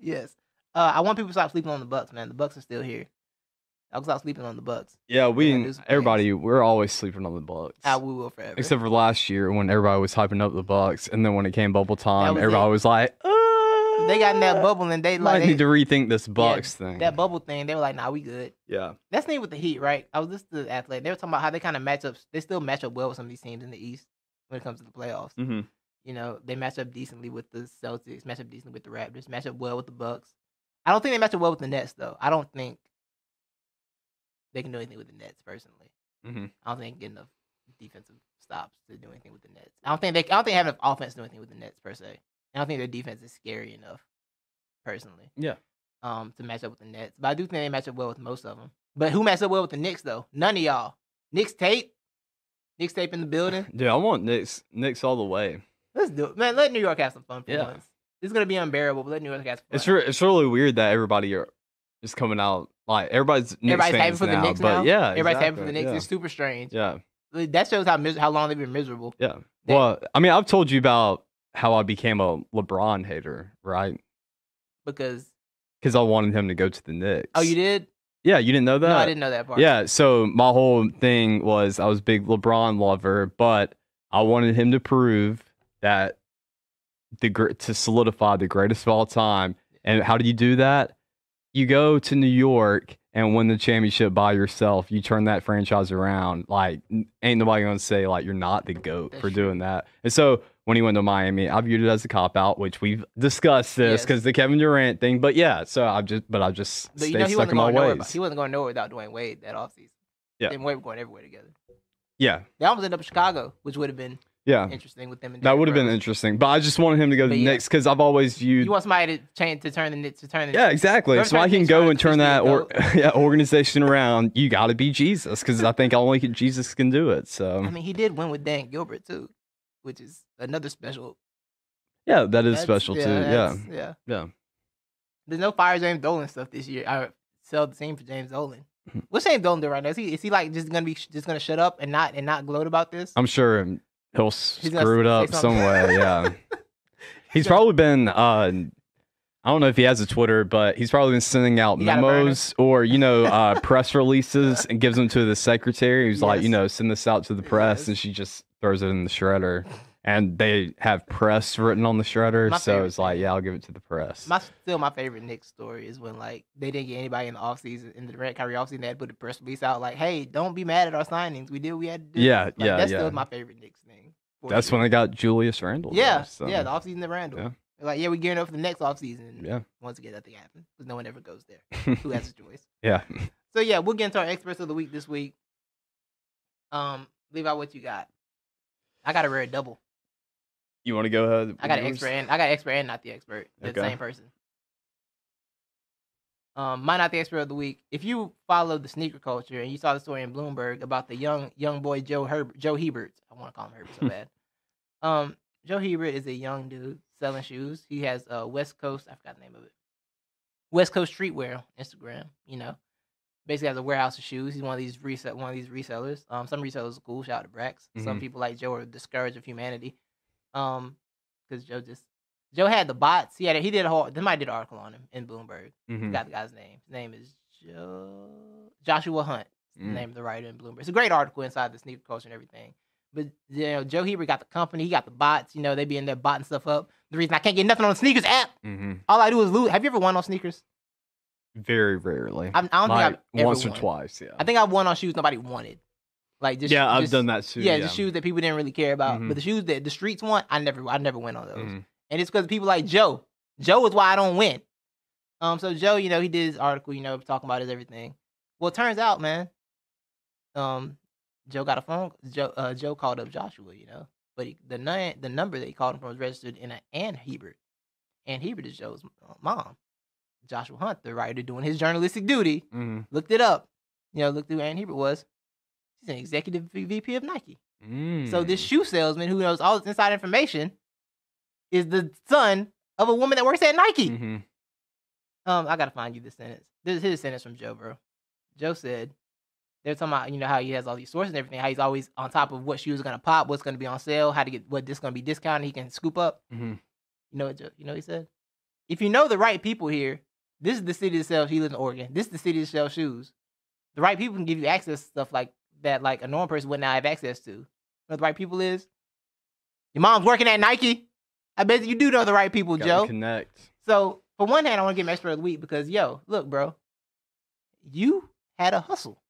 Speaker 1: Yes. Uh, I want people to stop sleeping on the Bucks, man. The Bucks are still here. I'll stop sleeping on the Bucks.
Speaker 2: Yeah,
Speaker 1: Yeah,
Speaker 2: we
Speaker 1: do some
Speaker 2: didn't,
Speaker 1: things.
Speaker 2: everybody we're always sleeping on the Bucks.
Speaker 1: I we will forever.
Speaker 2: Except for last year when everybody was hyping up the Bucks, and then when it came bubble time,
Speaker 1: was
Speaker 2: everybody
Speaker 1: it.
Speaker 2: was like, uh,
Speaker 1: they got in that bubble and they
Speaker 2: Might
Speaker 1: like
Speaker 2: need to
Speaker 1: they,
Speaker 2: rethink this Bucks thing.
Speaker 1: that bubble thing. They were like, "Nah, we good."
Speaker 2: yeah,
Speaker 1: That's the thing with the Heat, right? I was listening to the athlete. They were talking about how they kind of match up. They still match up well with some of these teams in the East when it comes to the playoffs.
Speaker 2: mm-hmm.
Speaker 1: You know, they match up decently with the Celtics, match up decently with the Raptors, match up well with the Bucks. I don't think they match up well with the Nets, though. I don't think they can do anything with the Nets personally.
Speaker 2: Mhm.
Speaker 1: I don't think they can get enough defensive stops to do anything with the Nets. I don't think they. I don't think they have enough offense to do anything with the Nets per se. I don't think their defense is scary enough, personally.
Speaker 2: Yeah.
Speaker 1: Um, to match up with the Nets, but I do think they match up well with most of them. But who matched up well with the Knicks though? None of y'all. Knicks tape. Knicks tape in the building.
Speaker 2: dude, I want Knicks, Knicks all the way.
Speaker 1: Let's do it, man. Let New York have some fun for
Speaker 2: Yeah.
Speaker 1: once. It's gonna be unbearable, but let New York have some fun.
Speaker 2: It's re- it's really weird that everybody are, is coming out like everybody's Knicks
Speaker 1: Everybody's happy
Speaker 2: fans
Speaker 1: for the
Speaker 2: now,
Speaker 1: Knicks
Speaker 2: but
Speaker 1: now?
Speaker 2: yeah,
Speaker 1: Everybody's happy for the
Speaker 2: exactly,
Speaker 1: Knicks. It's super strange.
Speaker 2: Yeah, yeah.
Speaker 1: Like, That shows how mis- how long they've been miserable. They-
Speaker 2: Well, I mean, I've told you about how I became a LeBron hater, right?
Speaker 1: Because
Speaker 2: Because I wanted him to go to the Knicks.
Speaker 1: oh, you did?
Speaker 2: Yeah, you didn't know that.
Speaker 1: no, I didn't know that part.
Speaker 2: Yeah, so my whole thing was I was a big LeBron lover, but I wanted him to prove that the gr- to solidify the greatest of all time. And how do you do that? You go to New York and win the championship by yourself. You turn that franchise around. Like n- ain't nobody gonna say like you're not the goat
Speaker 1: That's
Speaker 2: for
Speaker 1: true.
Speaker 2: doing that. And so when he went to Miami, I viewed it as a cop out, which we've discussed this
Speaker 1: Yes.
Speaker 2: because the Kevin Durant thing. But yeah, so I've just but I've just
Speaker 1: But you
Speaker 2: stayed
Speaker 1: know he
Speaker 2: stuck
Speaker 1: wasn't,
Speaker 2: in my
Speaker 1: going nowhere,
Speaker 2: ways.
Speaker 1: about- he wasn't going nowhere without Dwayne Wade that offseason.
Speaker 2: Yeah.
Speaker 1: They and Wade were going everywhere together.
Speaker 2: yeah,
Speaker 1: They almost ended up in Chicago, which would have been
Speaker 2: yeah.
Speaker 1: interesting with them. And
Speaker 2: That
Speaker 1: Derrick
Speaker 2: would have been
Speaker 1: Rose.
Speaker 2: interesting, but I just wanted him to go to
Speaker 1: But
Speaker 2: the
Speaker 1: yeah.
Speaker 2: Knicks because I've always viewed.
Speaker 1: You want somebody to change to turn the Knicks- to turn the
Speaker 2: yeah, exactly.
Speaker 1: Whoever
Speaker 2: So I
Speaker 1: turned the
Speaker 2: can
Speaker 1: Knicks
Speaker 2: go
Speaker 1: around
Speaker 2: and
Speaker 1: is supposed
Speaker 2: turn that
Speaker 1: to be a
Speaker 2: or yeah organization around. You got to be Jesus because I think only can- Jesus can do it. So
Speaker 1: I mean, he did win with Dan Gilbert too, which is another special.
Speaker 2: yeah, that is
Speaker 1: that's-
Speaker 2: special too. Yeah,
Speaker 1: that's- yeah,
Speaker 2: yeah.
Speaker 1: There's no fire James Dolan stuff this year. I sell the same for James Dolan.
Speaker 2: Hmm.
Speaker 1: What's James Dolan doing right now? Is he is he like just gonna be just gonna shut up and not and not gloat about this?
Speaker 2: I'm sure him- he'll s-
Speaker 1: He's gonna
Speaker 2: screw it
Speaker 1: say
Speaker 2: up
Speaker 1: something.
Speaker 2: somewhere. Yeah, he's probably been. uh I don't know if he has a Twitter, but he's probably been sending out
Speaker 1: You got a burner?
Speaker 2: memos or you know uh, press releases and gives them to the secretary. Who's like, you
Speaker 1: Yes.
Speaker 2: know, send this out to the press,
Speaker 1: Yes.
Speaker 2: and she just throws it in the shredder. And they have press written on the shredder,
Speaker 1: My
Speaker 2: so
Speaker 1: favorite
Speaker 2: it's like,
Speaker 1: thing.
Speaker 2: yeah, I'll give it to the press.
Speaker 1: My still my favorite Knicks story is when like they didn't get anybody in the offseason in the Durant Kyrie offseason they had to put a press release out like, hey, don't be mad at our signings. We did what we had to do.
Speaker 2: Yeah,
Speaker 1: Like,
Speaker 2: yeah,
Speaker 1: That's
Speaker 2: yeah.
Speaker 1: still my favorite Knicks thing. for
Speaker 2: That's
Speaker 1: sure.
Speaker 2: when I got Julius Randle. though,
Speaker 1: Yeah,
Speaker 2: so,
Speaker 1: yeah, the offseason of Randall.
Speaker 2: Yeah.
Speaker 1: They're Like, yeah, we're gearing up for the next offseason.
Speaker 2: yeah,
Speaker 1: Once again, nothing happened because no one ever goes there. Who has a choice?
Speaker 2: yeah.
Speaker 1: So yeah, we'll get into our experts of the week this week. Um, leave out what you got. I got a rare double.
Speaker 2: You want to go uh, ahead?
Speaker 1: I got
Speaker 2: with
Speaker 1: an
Speaker 2: yours?
Speaker 1: expert and I got an expert and not the expert. They're the
Speaker 2: Okay.
Speaker 1: same person. Um, my not the expert of the week. If you follow the sneaker culture and you saw the story in Bloomberg about the young young boy Joe Herb Joe Hebert, I want to call him Herbert so bad. Um, Joe Hebert is a young dude selling shoes. He has uh West Coast, I forgot the name of it. West Coast Streetwear on Instagram, you know. Basically has a warehouse of shoes. He's one of these resell one of these resellers. Um, some resellers are cool, shout out to Brax. Some
Speaker 2: Mhm.
Speaker 1: people like Joe are discouraged of humanity. Um, because Joe just Joe had the bots. He had he did a whole. Somebody did an article on him in Bloomberg.
Speaker 2: Mhm.
Speaker 1: Got the guy's name. His name is Joe Joshua Hunt. is The
Speaker 2: Mm.
Speaker 1: name of the writer in Bloomberg. It's a great article inside the sneaker culture and everything. But you know, Joe Heber got the company. He got the bots. You know, they be in there botting stuff up. The reason I can't get nothing on the sneakers app,
Speaker 2: Mhm.
Speaker 1: all I do is lose. Have you ever won on sneakers?
Speaker 2: Very rarely.
Speaker 1: I'm, I don't
Speaker 2: Like
Speaker 1: think I've ever
Speaker 2: once or
Speaker 1: won.
Speaker 2: twice. Yeah.
Speaker 1: I think I've won on shoes nobody wanted. Like just
Speaker 2: yeah, I've
Speaker 1: just-
Speaker 2: done that too.
Speaker 1: Yeah, just shoes that people didn't really care about.
Speaker 2: Mhm.
Speaker 1: But the shoes that the streets want, I never, I never went on those.
Speaker 2: Mhm.
Speaker 1: and it's because people like Joe. Joe is why I don't win. Um, so Joe, you know, he did his article, you know, talking about his everything. Well, it turns out, man, um, Joe got a phone. Joe, uh, Joe called up Joshua, you know, but he, the nu- the number that he called him from was registered in an Ann Hebert. Ann Hebert is Joe's uh, mom. Joshua Hunt, the writer, doing his journalistic duty,
Speaker 2: Mhm.
Speaker 1: looked it up. You know, looked who Ann Hebert was. She's an executive V- VP of Nike.
Speaker 2: mm.
Speaker 1: So this
Speaker 2: Hmm.
Speaker 1: shoe salesman who knows all this inside information is the son of a woman that works at Nike.
Speaker 2: Mhm.
Speaker 1: Um, I gotta find you this sentence. This is his sentence from Joe, bro. Joe said they're talking about you know how he has all these sources and everything, how he's always on top of what shoes are gonna pop, what's gonna be on sale, how to get what this gonna be discounted, he can scoop up.
Speaker 2: Mhm.
Speaker 1: You know what Joe, you know what he said? If you know the right people here, this is the city that sells he lives in Oregon. This is the city that sells shoes. The right people can give you access to stuff like that like a normal person would not have access to. You know who the right people is? Your mom's working at Nike. I bet you do know the right people,
Speaker 2: Gotta
Speaker 1: Joe.
Speaker 2: Connect.
Speaker 1: So, for one hand, I want to give him expert of the week because, yo, look, bro, you had a hustle.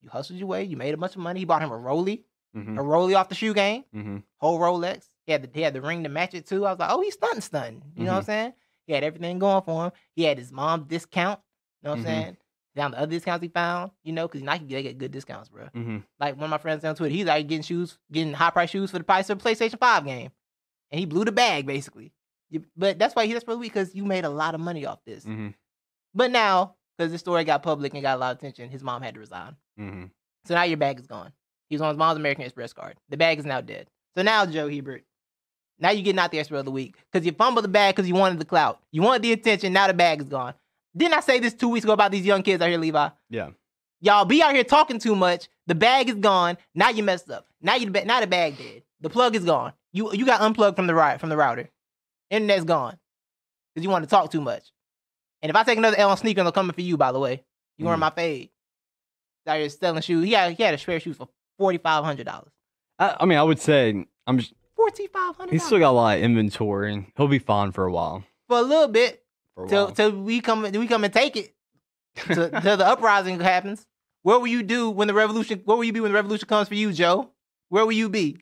Speaker 1: You hustled your way. You made a bunch of money. He bought him a Roly,
Speaker 2: Mm-hmm.
Speaker 1: a Roly off the shoe game,
Speaker 2: Mm-hmm.
Speaker 1: whole Rolex. He had the he had the ring to match it too. I was like, oh, he's stunting, stunting. You know what I'm saying? He had everything going for him. He had his mom discount. You know what
Speaker 2: Mhm.
Speaker 1: I'm saying? Down the other discounts he found, you know, because Nike they get good discounts, bro.
Speaker 2: Mm-hmm.
Speaker 1: Like one of my friends on Twitter, he's like getting shoes, getting high price shoes for the price of a PlayStation 5 game. And he blew the bag basically. You- But that's why he that's probably because you made a lot of money off this.
Speaker 2: Mhm.
Speaker 1: But now, because this story got public and got a lot of attention, his mom had to resign.
Speaker 2: Mm-hmm.
Speaker 1: So now your bag is gone. He was on his mom's American Express card. The bag is now dead. So now Joe Hebert, now you're getting out the expert of the week because you fumbled the bag because you wanted the clout, you wanted the attention. Now the bag is gone. Didn't I say this two weeks ago about these young kids out here, Levi?
Speaker 2: Yeah.
Speaker 1: Y'all be out here talking too much. The bag is gone. Now you messed up. Now you ba- now the bag dead. The plug is gone. You you got unplugged from the ri- from the router. Internet's gone because you want to talk too much. And if I take another L on sneaker, I'm coming for you. By the way, you wearing
Speaker 2: Mm.
Speaker 1: my fade. Out here selling shoes. He had he had a pair of shoes for forty five hundred dollars.
Speaker 2: I, I mean, I would say I'm. Just,
Speaker 1: Forty five hundred.
Speaker 2: he's still got a lot of inventory. and He'll be fine for a while.
Speaker 1: for a little bit
Speaker 2: For a
Speaker 1: till
Speaker 2: while.
Speaker 1: till we come we come and take it till, till the uprising happens. Where will you do when the revolution? Where will you be when the revolution comes for you, Joe? Where will you be?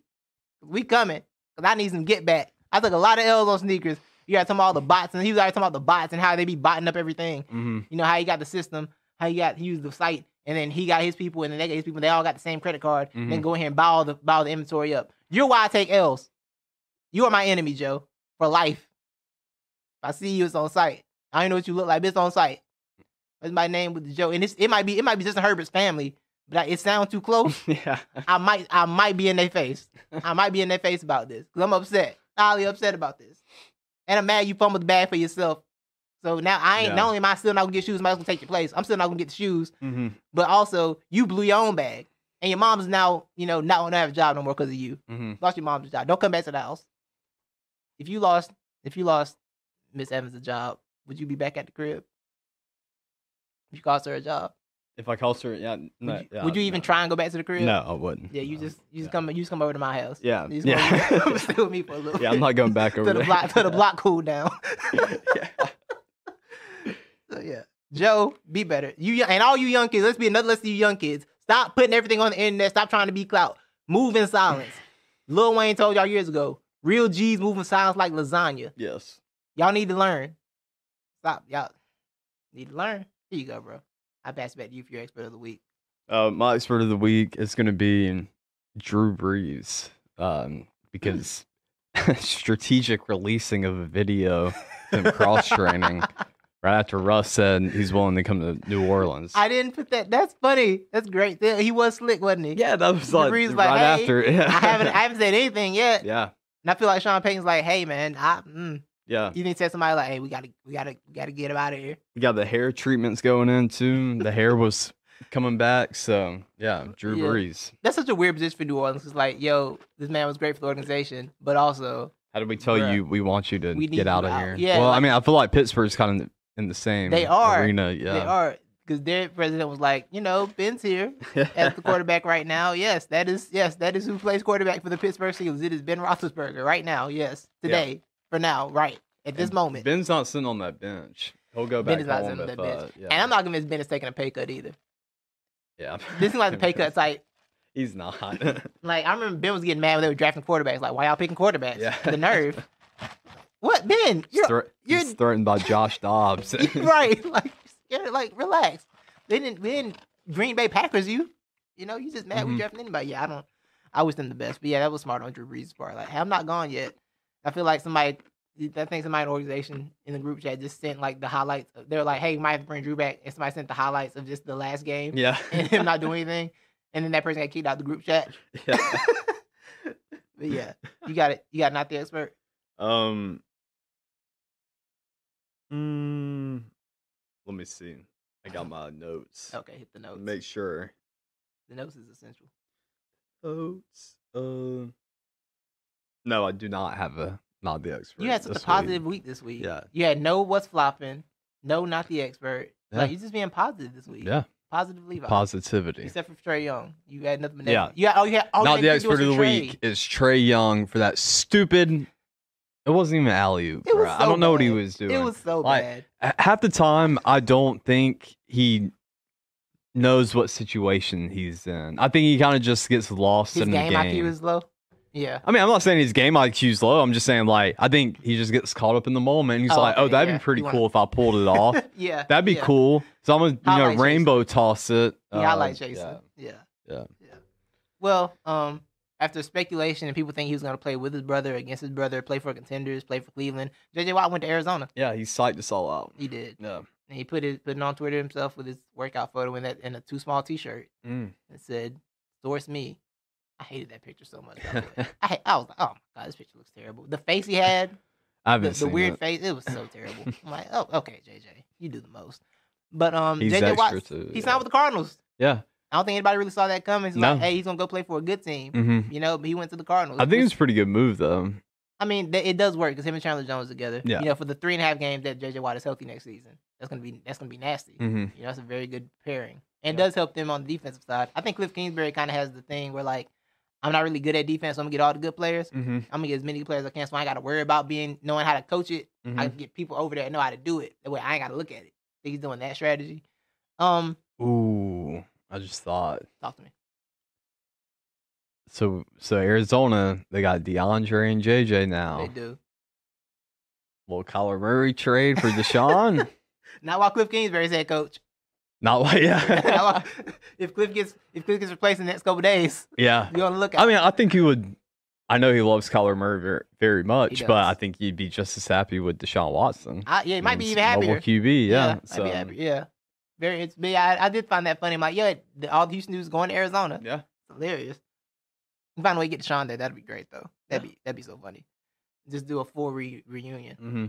Speaker 1: We coming. Cause I need some get back. I took a lot of L's on sneakers. You got talking about all the bots, and he was already talking about the bots and how they be botting up everything.
Speaker 2: mm-hmm.
Speaker 1: You know how he got the system, how he got he used the site, and then he got his people, and then they got his people. They all got the same credit card. and Then
Speaker 2: Mhm.
Speaker 1: go in here and buy all the buy all the inventory up. You're why I take L's. You are my enemy, Joe, for life. If I see you, it's on site. I don't know what you look like, but it's on site. That's my name with the Joe, and it's, it might be it might be Justin Herbert's family, but I, it sounds too close.
Speaker 2: yeah.
Speaker 1: I might I might be in their face. I might be in their face about this because I'm upset, highly upset about this, and I'm mad you fumbled the bag for yourself. So now I ain't
Speaker 2: Yeah.
Speaker 1: not only am I still not gonna get shoes, I'm not gonna take your place. I'm still not gonna get the shoes,
Speaker 2: Mm-hmm.
Speaker 1: but also you blew your own bag, and your mom's now you know not gonna have a job no more because of you.
Speaker 2: Mm-hmm.
Speaker 1: Lost your mom's job. Don't come back to the house. If you lost, if you lost Miss Evans' job, would you be back at the crib? If you cost her a job,
Speaker 2: If I cost her, yeah, no,
Speaker 1: would you,
Speaker 2: yeah,
Speaker 1: would you even
Speaker 2: no.
Speaker 1: try and go back to the crib?
Speaker 2: No, I wouldn't.
Speaker 1: Yeah, you
Speaker 2: No.
Speaker 1: just you just
Speaker 2: yeah.
Speaker 1: come you just come over to my house.
Speaker 2: Yeah,
Speaker 1: You just
Speaker 2: yeah.
Speaker 1: Come over, stay with me for a little.
Speaker 2: yeah, I'm not going back
Speaker 1: to
Speaker 2: over
Speaker 1: the
Speaker 2: there.
Speaker 1: block to the block cool down.
Speaker 2: yeah.
Speaker 1: so yeah, Joe, be better. You young- and all you young kids. Let's be another. Let's see you young kids. Stop putting everything on the internet. Stop trying to be clout. Move in silence. Lil Wayne told y'all years ago. Real G's move in silence like lasagna.
Speaker 2: Yes.
Speaker 1: Y'all need to learn. Stop. Y'all need to learn. Here you go, bro. I pass it back to you for your expert of the week.
Speaker 2: Uh, my expert of the week is going to be Drew Brees um, because strategic releasing of a video, him cross training right after Russ said he's willing to come to New Orleans.
Speaker 1: I didn't put that. That's funny. That's great. He was slick, wasn't he?
Speaker 2: yeah, that was
Speaker 1: Drew
Speaker 2: like
Speaker 1: Brees
Speaker 2: right
Speaker 1: like, "Hey,
Speaker 2: after. Yeah.
Speaker 1: I haven't I haven't said anything yet.
Speaker 2: yeah,
Speaker 1: And I feel like Sean Payton's like, hey man, I mm.
Speaker 2: yeah.
Speaker 1: you think said somebody like, hey, we gotta we gotta we gotta get him out of here.
Speaker 2: We got the hair treatments going in too. The hair was coming back, so yeah, Drew
Speaker 1: Yeah.
Speaker 2: Brees.
Speaker 1: That's such a weird position for New Orleans. It's like, yo, this man was great for the organization, but also
Speaker 2: How did we tell
Speaker 1: Bruh.
Speaker 2: you we want you to
Speaker 1: We need
Speaker 2: get out
Speaker 1: you
Speaker 2: of
Speaker 1: out.
Speaker 2: here?
Speaker 1: Yeah,
Speaker 2: well, I
Speaker 1: like-
Speaker 2: mean, I feel like Pittsburgh's kind of in the same.
Speaker 1: They are.
Speaker 2: arena. Yeah,
Speaker 1: they are because their president was like, you know, Ben's here as the quarterback right now. Yes, that is yes, that is who plays quarterback for the Pittsburgh Steelers. It is Ben Roethlisberger right now. Yes,
Speaker 2: Yeah.
Speaker 1: today for now, right at this
Speaker 2: And
Speaker 1: moment.
Speaker 2: Ben's not sitting on that bench. He'll go
Speaker 1: Ben
Speaker 2: back
Speaker 1: is not
Speaker 2: home
Speaker 1: sitting on
Speaker 2: if,
Speaker 1: that bench.
Speaker 2: uh, yeah.
Speaker 1: And I'm not convinced Ben is taking a pay cut either.
Speaker 2: yeah.
Speaker 1: This seems like the pay cut type.
Speaker 2: He's not.
Speaker 1: Like I remember Ben was getting mad when they were drafting quarterbacks. Like, why y'all picking quarterbacks?
Speaker 2: Yeah.
Speaker 1: The nerve. What Ben?
Speaker 2: he's,
Speaker 1: You're
Speaker 2: thre-
Speaker 1: you're-
Speaker 2: he's threatened by Josh Dobbs.
Speaker 1: you're right. Like, yeah, like relax. They didn't. They didn't Green Bay Packers. You. You know, you just mad we
Speaker 2: Mhm.
Speaker 1: drafting anybody. Yeah, I don't. I wish them the best, but yeah, that was smart on Drew Brees' part. Like, hey, I'm not gone yet. I feel like somebody. I think somebody in the organization in the group chat just sent like the highlights. They were like, "Hey, we might have to bring Drew back," and somebody sent the highlights of just the last game
Speaker 2: yeah.
Speaker 1: and him not doing anything, and then that person got kicked out the group chat.
Speaker 2: yeah.
Speaker 1: But yeah, you got it. You got not the expert.
Speaker 2: Um. mm, let me see. I got my notes.
Speaker 1: Okay, hit the Oh, notes.
Speaker 2: Make sure.
Speaker 1: the notes is essential.
Speaker 2: Notes. Uh. No, I do not have a not the expert.
Speaker 1: You had such a
Speaker 2: this week.
Speaker 1: positive week this week.
Speaker 2: Yeah.
Speaker 1: You had no what's flopping, no not the expert.
Speaker 2: Yeah.
Speaker 1: Like you're just being positive this week.
Speaker 2: Yeah.
Speaker 1: Positive Levi.
Speaker 2: Positivity.
Speaker 1: Except for Trey Young. You had nothing but
Speaker 2: Yeah.
Speaker 1: negative. Yeah. You had, oh, you had all
Speaker 2: not
Speaker 1: you
Speaker 2: the
Speaker 1: had to do
Speaker 2: expert
Speaker 1: was
Speaker 2: of the
Speaker 1: your trade.
Speaker 2: week is Trey Young for that stupid. It wasn't even alley oop.
Speaker 1: It was
Speaker 2: I
Speaker 1: so
Speaker 2: don't know what he
Speaker 1: bad.
Speaker 2: was doing.
Speaker 1: It was so
Speaker 2: Like,
Speaker 1: bad.
Speaker 2: H- half the time I don't think he knows what situation he's in. I think he kind of just gets lost
Speaker 1: His
Speaker 2: in
Speaker 1: game,
Speaker 2: the
Speaker 1: IQ
Speaker 2: game.
Speaker 1: is low. Yeah.
Speaker 2: I mean, I'm not saying his game IQ's low. I'm just saying like I think he just gets caught up in the moment. And he's
Speaker 1: Oh,
Speaker 2: like,
Speaker 1: okay,
Speaker 2: oh, that'd
Speaker 1: yeah.
Speaker 2: be pretty
Speaker 1: You wanna-
Speaker 2: cool if I pulled it off.
Speaker 1: yeah.
Speaker 2: That'd be
Speaker 1: yeah.
Speaker 2: cool. So I'm gonna you
Speaker 1: Highlight
Speaker 2: know
Speaker 1: Jason.
Speaker 2: rainbow toss it. Uh,
Speaker 1: Yeah, I like Jason. Yeah.
Speaker 2: yeah.
Speaker 1: Well, um, after speculation and people think he was going to play with his brother, against his brother, play for contenders, play for Cleveland, JJ Watt went to Arizona.
Speaker 2: Yeah, he psyched us all out.
Speaker 1: He did.
Speaker 2: Yeah.
Speaker 1: And he put it, put it on Twitter himself with his workout photo in that in a too small t shirt
Speaker 2: Mm.
Speaker 1: and said, Source me. I hated that picture so much. by the way. I, I was like, oh my God, this picture looks terrible. The face he had,
Speaker 2: I haven't
Speaker 1: the, the
Speaker 2: seen
Speaker 1: weird
Speaker 2: it.
Speaker 1: face. It was so terrible. I'm like, oh, okay, JJ, you do the most. But um,
Speaker 2: He's
Speaker 1: JJ
Speaker 2: extra
Speaker 1: Watt,
Speaker 2: too,
Speaker 1: he
Speaker 2: yeah.
Speaker 1: signed with the Cardinals.
Speaker 2: Yeah.
Speaker 1: I don't think anybody really saw that coming. It's like,
Speaker 2: No.
Speaker 1: hey, he's gonna go play for a good team,
Speaker 2: hmm
Speaker 1: you know. But he went to the Cardinals.
Speaker 2: I think
Speaker 1: which-
Speaker 2: it's a pretty good move though.
Speaker 1: I mean, th- it does work because him and Chandler Jones together.
Speaker 2: Yeah.
Speaker 1: You know, for the three and a half games that JJ Watt is healthy next season, that's gonna be that's gonna be nasty.
Speaker 2: hmm
Speaker 1: You know, that's a very good pairing. And it
Speaker 2: Yeah.
Speaker 1: does help them on the defensive side. I think Cliff Kingsbury kind of has the thing where like, I'm not really good at defense. so I'm gonna get all the good players.
Speaker 2: hmm
Speaker 1: I'm gonna get as many players as I can, so I ain't gotta worry about being knowing how to coach it. I
Speaker 2: Mm-hmm.
Speaker 1: can get people over there and know how to do it. That way I ain't gotta look at it. Think he's doing that strategy. Um,
Speaker 2: Ooh, I just thought.
Speaker 1: talk to me.
Speaker 2: So so Arizona, they got DeAndre and JJ now.
Speaker 1: They do.
Speaker 2: Will Kyler Murray trade for Deshaun?
Speaker 1: Not while Cliff Kingsbury's head coach.
Speaker 2: Not like
Speaker 1: Not
Speaker 2: yeah.
Speaker 1: while- if Cliff gets if Cliff gets replaced in the next couple days,
Speaker 2: yeah.
Speaker 1: you're on the lookout.
Speaker 2: I mean, I think he would I know he loves Kyler Murray very, very much, but I
Speaker 1: does.
Speaker 2: think he'd be just as happy with Deshaun Watson.
Speaker 1: I, yeah, it might be
Speaker 2: He's
Speaker 1: even happier.
Speaker 2: Mobile QB, yeah.
Speaker 1: might
Speaker 2: so
Speaker 1: be happier. yeah. Very it's me. I, I did find that funny. I'm like, yeah, the, all the Houston news going to Arizona.
Speaker 2: yeah.
Speaker 1: Hilarious. If I find a way to get Sean there, that'd be great though. That'd be that'd be so funny. Just do a full re- reunion.
Speaker 2: hmm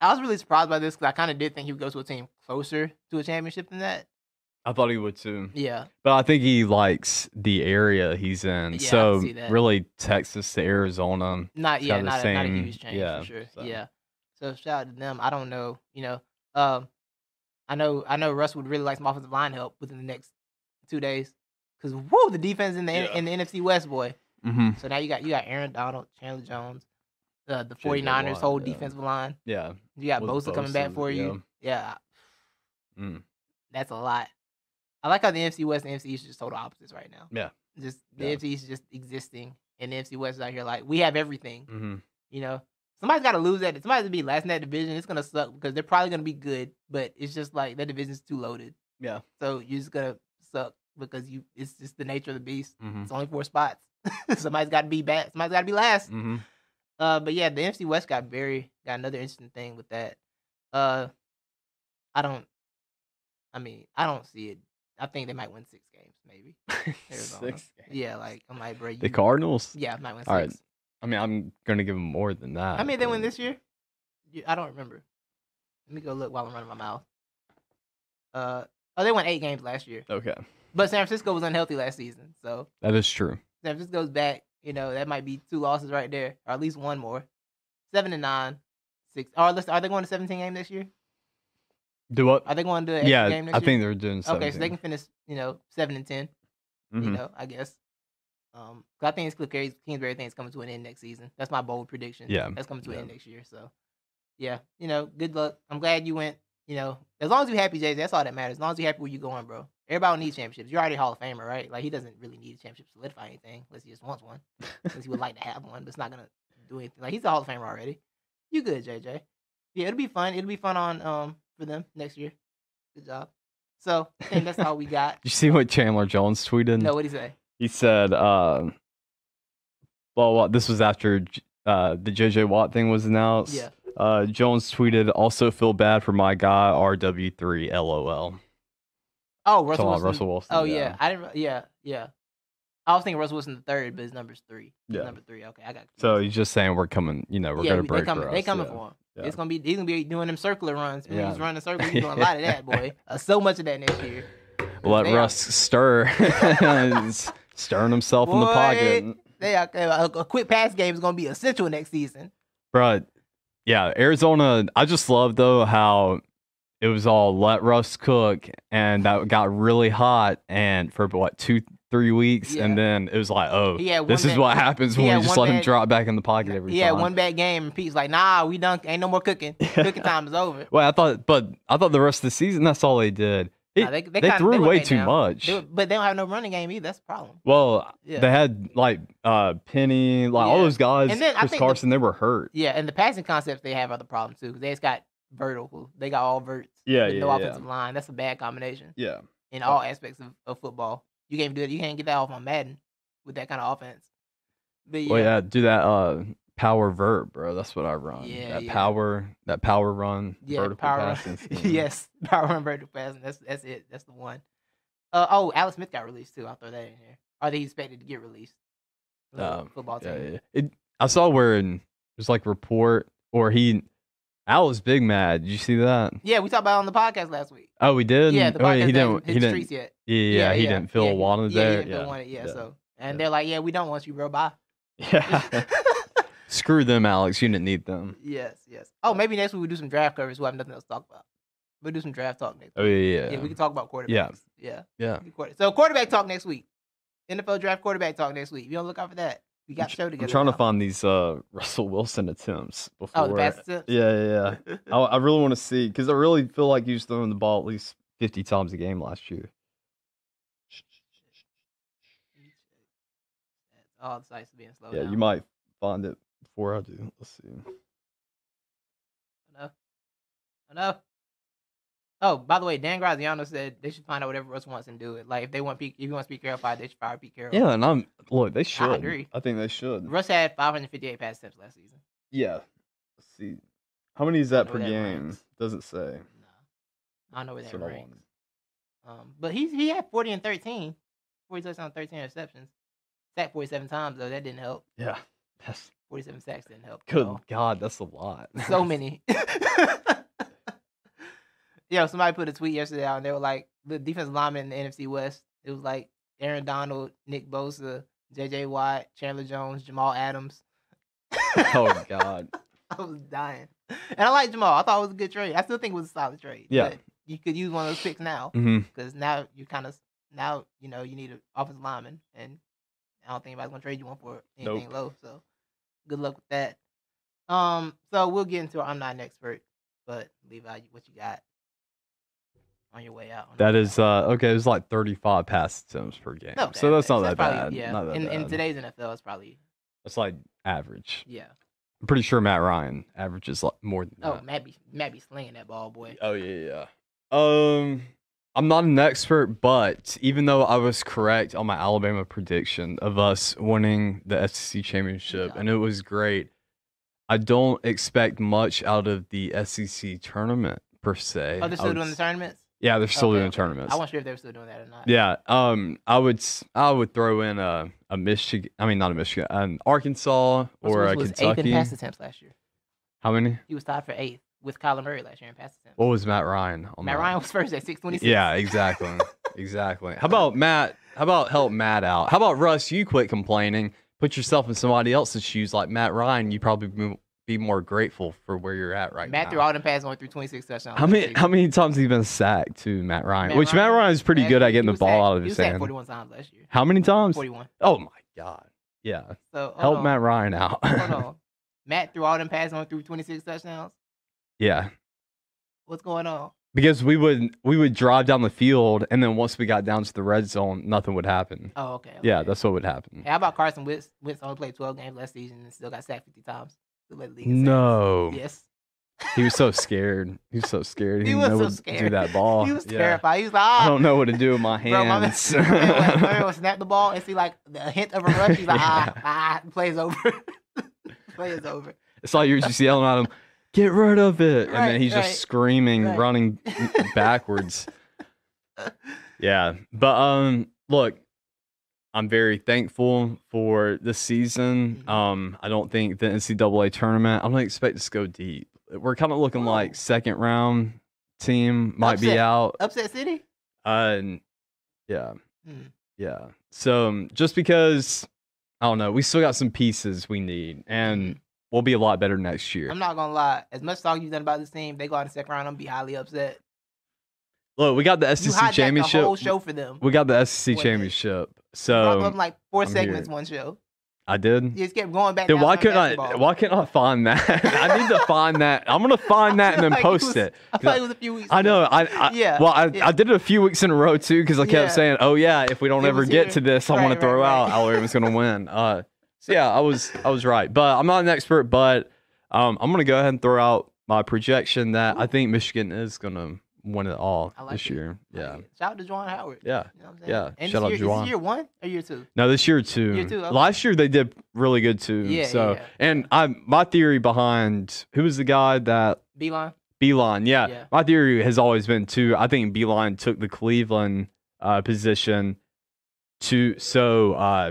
Speaker 1: I was really surprised by this because I kind of did think he would go to a team closer to a championship than that.
Speaker 2: I thought he would too.
Speaker 1: Yeah,
Speaker 2: But I think he likes the area he's in.
Speaker 1: Yeah, I
Speaker 2: so
Speaker 1: see that.
Speaker 2: really Texas to Arizona.
Speaker 1: not
Speaker 2: It's
Speaker 1: yeah,
Speaker 2: kinda the
Speaker 1: not, a, not a
Speaker 2: same-
Speaker 1: huge change
Speaker 2: yeah,
Speaker 1: for sure.
Speaker 2: so.
Speaker 1: Yeah, so shout out to them. I don't know, you know, um, I know I know Russ would really like some offensive line help within the next two days because whoa, the defense in the N-
Speaker 2: Yeah.
Speaker 1: in the NFC West, boy.
Speaker 2: Mm-hmm.
Speaker 1: So now you got you got Aaron Donald, Chandler Jones, uh, the
Speaker 2: J.J.
Speaker 1: 49ers whole
Speaker 2: Watt, yeah.
Speaker 1: defensive line.
Speaker 2: Yeah.
Speaker 1: You got
Speaker 2: With
Speaker 1: Bosa coming back
Speaker 2: Bosa,
Speaker 1: for you. Yeah,
Speaker 2: Mm.
Speaker 1: that's a lot. I like how the NFC West and NFC East are just total opposites right now.
Speaker 2: Yeah.
Speaker 1: Just the
Speaker 2: Yeah.
Speaker 1: NFC East is just existing and the NFC West is out here like we have everything.
Speaker 2: Mm-hmm.
Speaker 1: You know? Somebody's gotta lose that somebody's gonna be last in that division. It's gonna suck because they're probably gonna be good, but it's just like that division's too loaded.
Speaker 2: Yeah.
Speaker 1: So you're just gonna suck because you it's just the nature of the beast.
Speaker 2: Mm-hmm.
Speaker 1: It's only four spots. somebody's gotta be bad somebody's gotta be last.
Speaker 2: Mm-hmm.
Speaker 1: Uh, but yeah, the NFC West got very got another interesting thing with that. Uh, I don't. I mean, I don't see it. I think they might win six games, maybe. Arizona. Yeah, like I'm like, bro, you,
Speaker 2: The Cardinals.
Speaker 1: Yeah, might win six.
Speaker 2: All right. I mean, I'm gonna give them more than that.
Speaker 1: How many they win
Speaker 2: but-
Speaker 1: this year? You- I don't remember. Let me go look while I'm running my mouth. Uh, oh, they won eight games last year,
Speaker 2: Okay,
Speaker 1: but San Francisco was unhealthy last season, so
Speaker 2: that is true.
Speaker 1: San Francisco's back. You know, that might be two losses right there, or at least one more. Seven and nine, six. Or let's, are they going to seventeen game next year?
Speaker 2: Do what?
Speaker 1: Are they going to do an extra
Speaker 2: Yeah,
Speaker 1: game next
Speaker 2: I
Speaker 1: year?
Speaker 2: think they're doing something.
Speaker 1: okay, so they can finish, you know, seven and 10
Speaker 2: Mm-hmm.
Speaker 1: You know, I guess. Um, 'cause I think it's Cliff Kingsbury, Kingsbury thing is coming to an end next season. That's my bold prediction.
Speaker 2: Yeah,
Speaker 1: that's coming to an
Speaker 2: yeah.
Speaker 1: end next year. So, yeah, you know, good luck. I'm glad you went. You know, as long as you happy, Jay, that's all that matters. As long as you happy where you going, bro. Everybody needs championships. You're already a Hall of Famer, right? Like he doesn't really need a championship to solidify anything unless he just wants one. Unless he would like to have one, but it's not gonna do anything. Like he's a Hall of Famer already. You good, JJ? Yeah, it'll be fun. It'll be fun on um for them next year. Good job. So I think that's all we got.
Speaker 2: You see what Chandler Jones tweeted?
Speaker 1: No, what do you say?
Speaker 2: He said, uh, "Well, what- this was after J- uh, the JJ Watt thing was announced."
Speaker 1: Yeah.
Speaker 2: Uh, Jones tweeted, "Also feel bad for my guy RW3. LOL."
Speaker 1: Oh, Russell
Speaker 2: Talking about
Speaker 1: Wilson.
Speaker 2: Russell Wilson,
Speaker 1: Oh yeah.
Speaker 2: yeah.
Speaker 1: I didn't. re- Yeah, yeah. I was thinking Russell Wilson the third, but his number's three. His
Speaker 2: Yeah.
Speaker 1: Number three. Okay, I got.
Speaker 2: So he's just saying we're coming. You know, we're
Speaker 1: yeah,
Speaker 2: gonna
Speaker 1: we-
Speaker 2: break
Speaker 1: they coming.
Speaker 2: for
Speaker 1: They
Speaker 2: us,
Speaker 1: coming
Speaker 2: yeah.
Speaker 1: for him.
Speaker 2: Yeah.
Speaker 1: It's gonna be. He's gonna be doing them circular runs. When he
Speaker 2: Yeah.
Speaker 1: was running circles, he's doing a lot of that, boy. Uh, so much of that next year.
Speaker 2: Let
Speaker 1: They are-
Speaker 2: Russ stir, He's stirring himself in the
Speaker 1: Boy.
Speaker 2: pocket,
Speaker 1: They are, a, a quick pass game is gonna be essential next season.
Speaker 2: Bruh, Yeah, Arizona. I just love though how it was all let Russ cook, and that got really hot, and for what two, three weeks,
Speaker 1: Yeah.
Speaker 2: and then it was like, oh,
Speaker 1: He had
Speaker 2: this
Speaker 1: one
Speaker 2: is
Speaker 1: bad-
Speaker 2: what happens
Speaker 1: he
Speaker 2: when
Speaker 1: had
Speaker 2: we just
Speaker 1: one
Speaker 2: let him
Speaker 1: bad-
Speaker 2: drop back in the pocket every
Speaker 1: He
Speaker 2: time.
Speaker 1: had one bad game, and Pete's like, "Nah, we done. Ain't no more cooking. Cooking time is over."
Speaker 2: Well, I thought, but I thought the rest of the season that's all they did. It-
Speaker 1: Nah, they
Speaker 2: they,
Speaker 1: they, kinda-
Speaker 2: threw
Speaker 1: they went
Speaker 2: away
Speaker 1: back
Speaker 2: too
Speaker 1: down.
Speaker 2: much.
Speaker 1: They were- but they don't have no running game either. That's the problem.
Speaker 2: well,
Speaker 1: Yeah.
Speaker 2: they had like uh Penny, like all
Speaker 1: Yeah.
Speaker 2: those guys,
Speaker 1: And then I
Speaker 2: Chris
Speaker 1: think the-
Speaker 2: Carson, they were hurt.
Speaker 1: Yeah, and the passing concepts they have are the problem too. 'cause They just got Vertle, who They got all verts.
Speaker 2: Yeah,
Speaker 1: with
Speaker 2: yeah,
Speaker 1: no
Speaker 2: yeah.
Speaker 1: offensive line. That's a bad combination
Speaker 2: Yeah,
Speaker 1: in all aspects of, of football. You can't do it. You can't get that off on Madden with that kind of offense. But yeah,
Speaker 2: Well, yeah, do that uh power vert, bro. That's what I run.
Speaker 1: Yeah,
Speaker 2: that
Speaker 1: yeah.
Speaker 2: power, that power run,
Speaker 1: yeah,
Speaker 2: vertical
Speaker 1: power run-
Speaker 2: passing. scheme.
Speaker 1: yes, power run vertical passing. That's that's it. That's the one. Uh, oh, Alex Smith got released too. I'll throw that in here. Are they expected to get released? from the
Speaker 2: Um,
Speaker 1: football team.
Speaker 2: Yeah, yeah. It, I saw where in there's like report or he, Al was big mad. Did you see that?
Speaker 1: Yeah, we talked about it on the podcast last week.
Speaker 2: Oh, we did.
Speaker 1: yeah, the
Speaker 2: oh,
Speaker 1: podcast
Speaker 2: he
Speaker 1: hasn't
Speaker 2: didn't.
Speaker 1: hit
Speaker 2: He
Speaker 1: the
Speaker 2: didn't.
Speaker 1: streets yet.
Speaker 2: Yeah, yeah, He didn't feel
Speaker 1: yeah,
Speaker 2: wanted
Speaker 1: yeah, he
Speaker 2: there.
Speaker 1: didn't feel
Speaker 2: Yeah,
Speaker 1: wanted, yeah,
Speaker 2: yeah,
Speaker 1: So and
Speaker 2: yeah. Mm.
Speaker 1: they're like, yeah, we don't want you, bro. Bye.
Speaker 2: yeah. Screw them, Alex. You didn't need them.
Speaker 1: yes, yes. Oh, maybe next week we do some draft covers. We have nothing else to talk about. We'll do some draft talk next.
Speaker 2: Oh yeah, yeah,
Speaker 1: Yeah,
Speaker 2: yeah.
Speaker 1: we can talk about quarterbacks.
Speaker 2: Yeah.
Speaker 1: yeah.
Speaker 2: yeah.
Speaker 1: we can quarter- So quarterback talk next week. NFL draft quarterback talk next week. You don't look out for that. We got
Speaker 2: I'm, tr-
Speaker 1: show
Speaker 2: I'm
Speaker 1: together.
Speaker 2: trying
Speaker 1: now.
Speaker 2: to find these uh Russell Wilson attempts before.
Speaker 1: Oh, the pass attempt.
Speaker 2: Yeah, yeah, yeah. I, I really want to see because I really feel like he was throwing the ball at least 50 times a game last year.
Speaker 1: All the sites being slow.
Speaker 2: yeah,
Speaker 1: down.
Speaker 2: you might find it before I do. Let's see.
Speaker 1: Enough. Enough. Oh, by the way, Dan Graziano said they should find out whatever Russ wants and do it. Like if they want Pete, if he wants Pete Carroll fired, they should fire Pete Carroll.
Speaker 2: Yeah, and I'm look. They should.
Speaker 1: agree.
Speaker 2: I think they should.
Speaker 1: Russ had 558 pass attempts last season.
Speaker 2: Yeah. Let's see. How many is that
Speaker 1: know
Speaker 2: per
Speaker 1: that
Speaker 2: game?
Speaker 1: ranks.
Speaker 2: Doesn't say.
Speaker 1: No, I don't know where
Speaker 2: That's
Speaker 1: that
Speaker 2: what I
Speaker 1: ranks.
Speaker 2: wanted.
Speaker 1: Um, but he's he had 40 and 13, 40 touchdowns, 13 interceptions, sacked 47 times though. That didn't help.
Speaker 2: Yeah. That's
Speaker 1: 47 sacks didn't help. at
Speaker 2: good.
Speaker 1: all.
Speaker 2: God, that's a lot.
Speaker 1: So many. Yo, somebody put a tweet yesterday out and they were like, the defensive lineman in the NFC West, it was like Aaron Donald, Nick Bosa, JJ Watt, Chandler Jones, Jamal Adams.
Speaker 2: oh God.
Speaker 1: I was dying. And I like Jamal. I thought it was a good trade. I still think it was a solid trade.
Speaker 2: Yeah.
Speaker 1: but you could use one of those picks now
Speaker 2: hmm
Speaker 1: because now you kind of, now, you know, you need an offensive lineman and I don't think anybody's going to trade you one for anything low. So good luck with that. Um, so we'll get into our I'm not an expert, but leave out what you got on your way out. on the
Speaker 2: That
Speaker 1: way
Speaker 2: is
Speaker 1: out.
Speaker 2: uh okay. It was like 35 pass attempts per game.
Speaker 1: Not
Speaker 2: so that's not that
Speaker 1: probably-
Speaker 2: bad.
Speaker 1: Yeah,
Speaker 2: Not that
Speaker 1: in, in
Speaker 2: bad.
Speaker 1: today's NFL, it's probably
Speaker 2: It's like average.
Speaker 1: yeah.
Speaker 2: I'm pretty sure Matt Ryan averages like more than
Speaker 1: Oh,
Speaker 2: that.
Speaker 1: Matt be Matt be slinging that ball, boy.
Speaker 2: Oh yeah, yeah. Um, I'm not an expert, but even though I was correct on my Alabama prediction of us winning the SEC championship,
Speaker 1: Yeah.
Speaker 2: and it was great, I don't expect much out of the SEC tournament per se.
Speaker 1: Oh, they're
Speaker 2: I
Speaker 1: still
Speaker 2: would
Speaker 1: doing the
Speaker 2: s-
Speaker 1: tournaments.
Speaker 2: Yeah, they're still
Speaker 1: Okay,
Speaker 2: doing
Speaker 1: okay.
Speaker 2: tournaments.
Speaker 1: I wasn't sure if they were still doing that or not.
Speaker 2: yeah, um, I would s- I would throw in a a Michigan. I mean, not a Michigan, an Arkansas
Speaker 1: Russell
Speaker 2: or a
Speaker 1: Wilson was eighth in
Speaker 2: Kentucky.
Speaker 1: pass attempts last year.
Speaker 2: How many?
Speaker 1: He was tied for eighth with Kyler Murray last year in pass attempts.
Speaker 2: What was Matt Ryan? on
Speaker 1: Matt
Speaker 2: that?
Speaker 1: Ryan was first at six twenty six.
Speaker 2: Yeah, exactly. exactly. How about Matt? How about help Matt out? How about Russ? You quit complaining. Put yourself in somebody else's shoes, like Matt Ryan. You probably be- be more grateful for where you're at right
Speaker 1: Matt
Speaker 2: now.
Speaker 1: threw all them passes, only through twenty six touchdowns.
Speaker 2: how
Speaker 1: last
Speaker 2: many
Speaker 1: season.
Speaker 2: how many times he been sacked to Matt Ryan?
Speaker 1: Matt
Speaker 2: Which Matt
Speaker 1: Ryan,
Speaker 2: Ryan is pretty
Speaker 1: last
Speaker 2: good at
Speaker 1: year,
Speaker 2: getting
Speaker 1: he
Speaker 2: the
Speaker 1: was
Speaker 2: ball
Speaker 1: sacked-
Speaker 2: out of
Speaker 1: he
Speaker 2: his
Speaker 1: was sacked
Speaker 2: hand.
Speaker 1: 41 times last year.
Speaker 2: How many times?
Speaker 1: 41.
Speaker 2: Oh my god. Yeah.
Speaker 1: So hold
Speaker 2: Oh, help
Speaker 1: on,
Speaker 2: Matt Ryan out.
Speaker 1: Hold on. Matt threw all them passes on through 26 touchdowns.
Speaker 2: yeah.
Speaker 1: What's going on?
Speaker 2: Because we would we would drive down the field and then once we got down to the red zone, nothing would happen.
Speaker 1: Oh, okay.
Speaker 2: Yeah,
Speaker 1: okay.
Speaker 2: that's what would happen.
Speaker 1: Hey, how about Carson Wentz? Wentz only played 12 games last season and still got sacked 50 times. Still led the league in
Speaker 2: No.
Speaker 1: sacks. Yes.
Speaker 2: He was so scared. He was so scared. He,
Speaker 1: He
Speaker 2: didn't
Speaker 1: was
Speaker 2: know
Speaker 1: so
Speaker 2: what to do
Speaker 1: scared.
Speaker 2: that ball.
Speaker 1: he was
Speaker 2: Oh, Yeah.
Speaker 1: terrified. He was like,
Speaker 2: I
Speaker 1: ah.
Speaker 2: don't know what to do with my
Speaker 1: Bro, my man,
Speaker 2: hands.
Speaker 1: my man will snap the ball and see like the hint of a rush. He's like, ah,
Speaker 2: Yeah.
Speaker 1: ah, plays over. plays over.
Speaker 2: it's like you're just yelling at him, get rid of it. and
Speaker 1: Right,
Speaker 2: then he's
Speaker 1: right,
Speaker 2: just screaming,
Speaker 1: right.
Speaker 2: running backwards. Yeah. But um look, I'm very thankful for this season.
Speaker 1: Mhm.
Speaker 2: Um, I don't think the NCAA tournament. I don't expect us to go deep. We're kind of looking
Speaker 1: Oh.
Speaker 2: like second round team might be
Speaker 1: Upset.
Speaker 2: out.
Speaker 1: Upset City?
Speaker 2: Uh, and yeah,
Speaker 1: Mm.
Speaker 2: yeah. So um, just because I don't know, we still got some pieces we need,
Speaker 1: Mm-hmm.
Speaker 2: and we'll be a lot better next year.
Speaker 1: I'm not gonna lie. As much talk you've done about this team, they go out in the second round. I'm gonna be highly upset.
Speaker 2: Look, we got the
Speaker 1: You
Speaker 2: SEC
Speaker 1: hijacked
Speaker 2: championship.
Speaker 1: the whole show for them.
Speaker 2: We got the SEC
Speaker 1: What?
Speaker 2: championship.
Speaker 1: Brought them
Speaker 2: So
Speaker 1: like 4
Speaker 2: I'm here.
Speaker 1: segments, one show.
Speaker 2: I did.
Speaker 1: You just kept going back.
Speaker 2: Then
Speaker 1: down
Speaker 2: why
Speaker 1: to
Speaker 2: couldn't I?
Speaker 1: basketball.
Speaker 2: Why couldn't I find that? I need to find that. I'm gonna find that and then
Speaker 1: I feel like it
Speaker 2: post
Speaker 1: was-
Speaker 2: it.
Speaker 1: I thought it was a few weeks.
Speaker 2: I
Speaker 1: ago.
Speaker 2: know. I, I
Speaker 1: Yeah,
Speaker 2: Well, I,
Speaker 1: yeah.
Speaker 2: I did it a few weeks in a row too because I kept
Speaker 1: Yeah.
Speaker 2: saying, "Oh yeah, if we don't
Speaker 1: It
Speaker 2: ever
Speaker 1: was
Speaker 2: get
Speaker 1: here.
Speaker 2: to this, I
Speaker 1: Right,
Speaker 2: want to
Speaker 1: right,
Speaker 2: thw out
Speaker 1: right.
Speaker 2: Alabama's gonna win." Uh, so yeah, I was I was right, but I'm not an expert. But um, I'm gonna go ahead and throw out my projection that I think Michigan is gonna win it all
Speaker 1: I like
Speaker 2: this
Speaker 1: it.
Speaker 2: year. Yeah,
Speaker 1: Shout out to Juwan Howard.
Speaker 2: yeah.
Speaker 1: You know what I'm saying?
Speaker 2: Yeah,
Speaker 1: And
Speaker 2: shout out
Speaker 1: this year, is
Speaker 2: Juwan.
Speaker 1: this year one or year two?
Speaker 2: No, this year too.
Speaker 1: Year two, okay.
Speaker 2: Last year they did really good too.
Speaker 1: Yeah,
Speaker 2: so,
Speaker 1: yeah,
Speaker 2: and I my theory behind who was the guy that
Speaker 1: Beeline.
Speaker 2: Beeline, yeah,
Speaker 1: Yeah.
Speaker 2: my theory has always been too. I think Beeline took the Cleveland uh, position to so uh,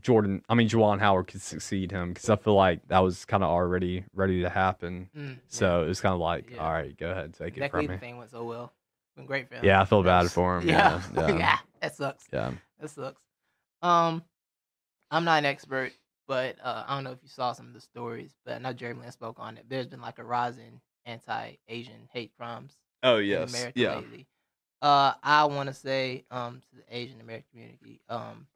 Speaker 2: Jordan. I mean, Juwan Howard could succeed him because I feel like that was kind of already ready to happen.
Speaker 1: Mm, yeah.
Speaker 2: So it was kind of like,
Speaker 1: Yeah.
Speaker 2: all right, go ahead, take it
Speaker 1: that
Speaker 2: from me.
Speaker 1: Cleveland thing went so well. Been great for him.
Speaker 2: Yeah, I feel bad
Speaker 1: That's-
Speaker 2: for him.
Speaker 1: Yeah. Oh,
Speaker 2: yeah. yeah.
Speaker 1: Yeah, That sucks.
Speaker 2: yeah.
Speaker 1: That sucks. Um, I'm not an expert, but uh, I don't know if you saw some of the stories, but I know Jeremy Lin spoke on it. There's been like a rise in anti-Asian hate crimes
Speaker 2: Oh
Speaker 1: in America lately. Uh, I want to say um, to the Asian American community, um,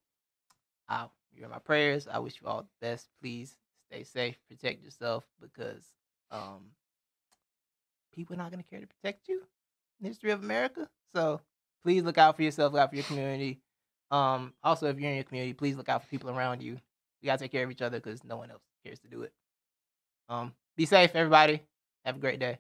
Speaker 1: I, you're in my prayers. I wish you all the best. Please stay safe, protect yourself because um, people are not going to care to protect you in the history of America. So please look out for yourself, look out for your community. Um, also, if you're in your community, please look out for people around you. We got to take care of each other because no one else cares to do it. Um, be safe, everybody. Have a great day.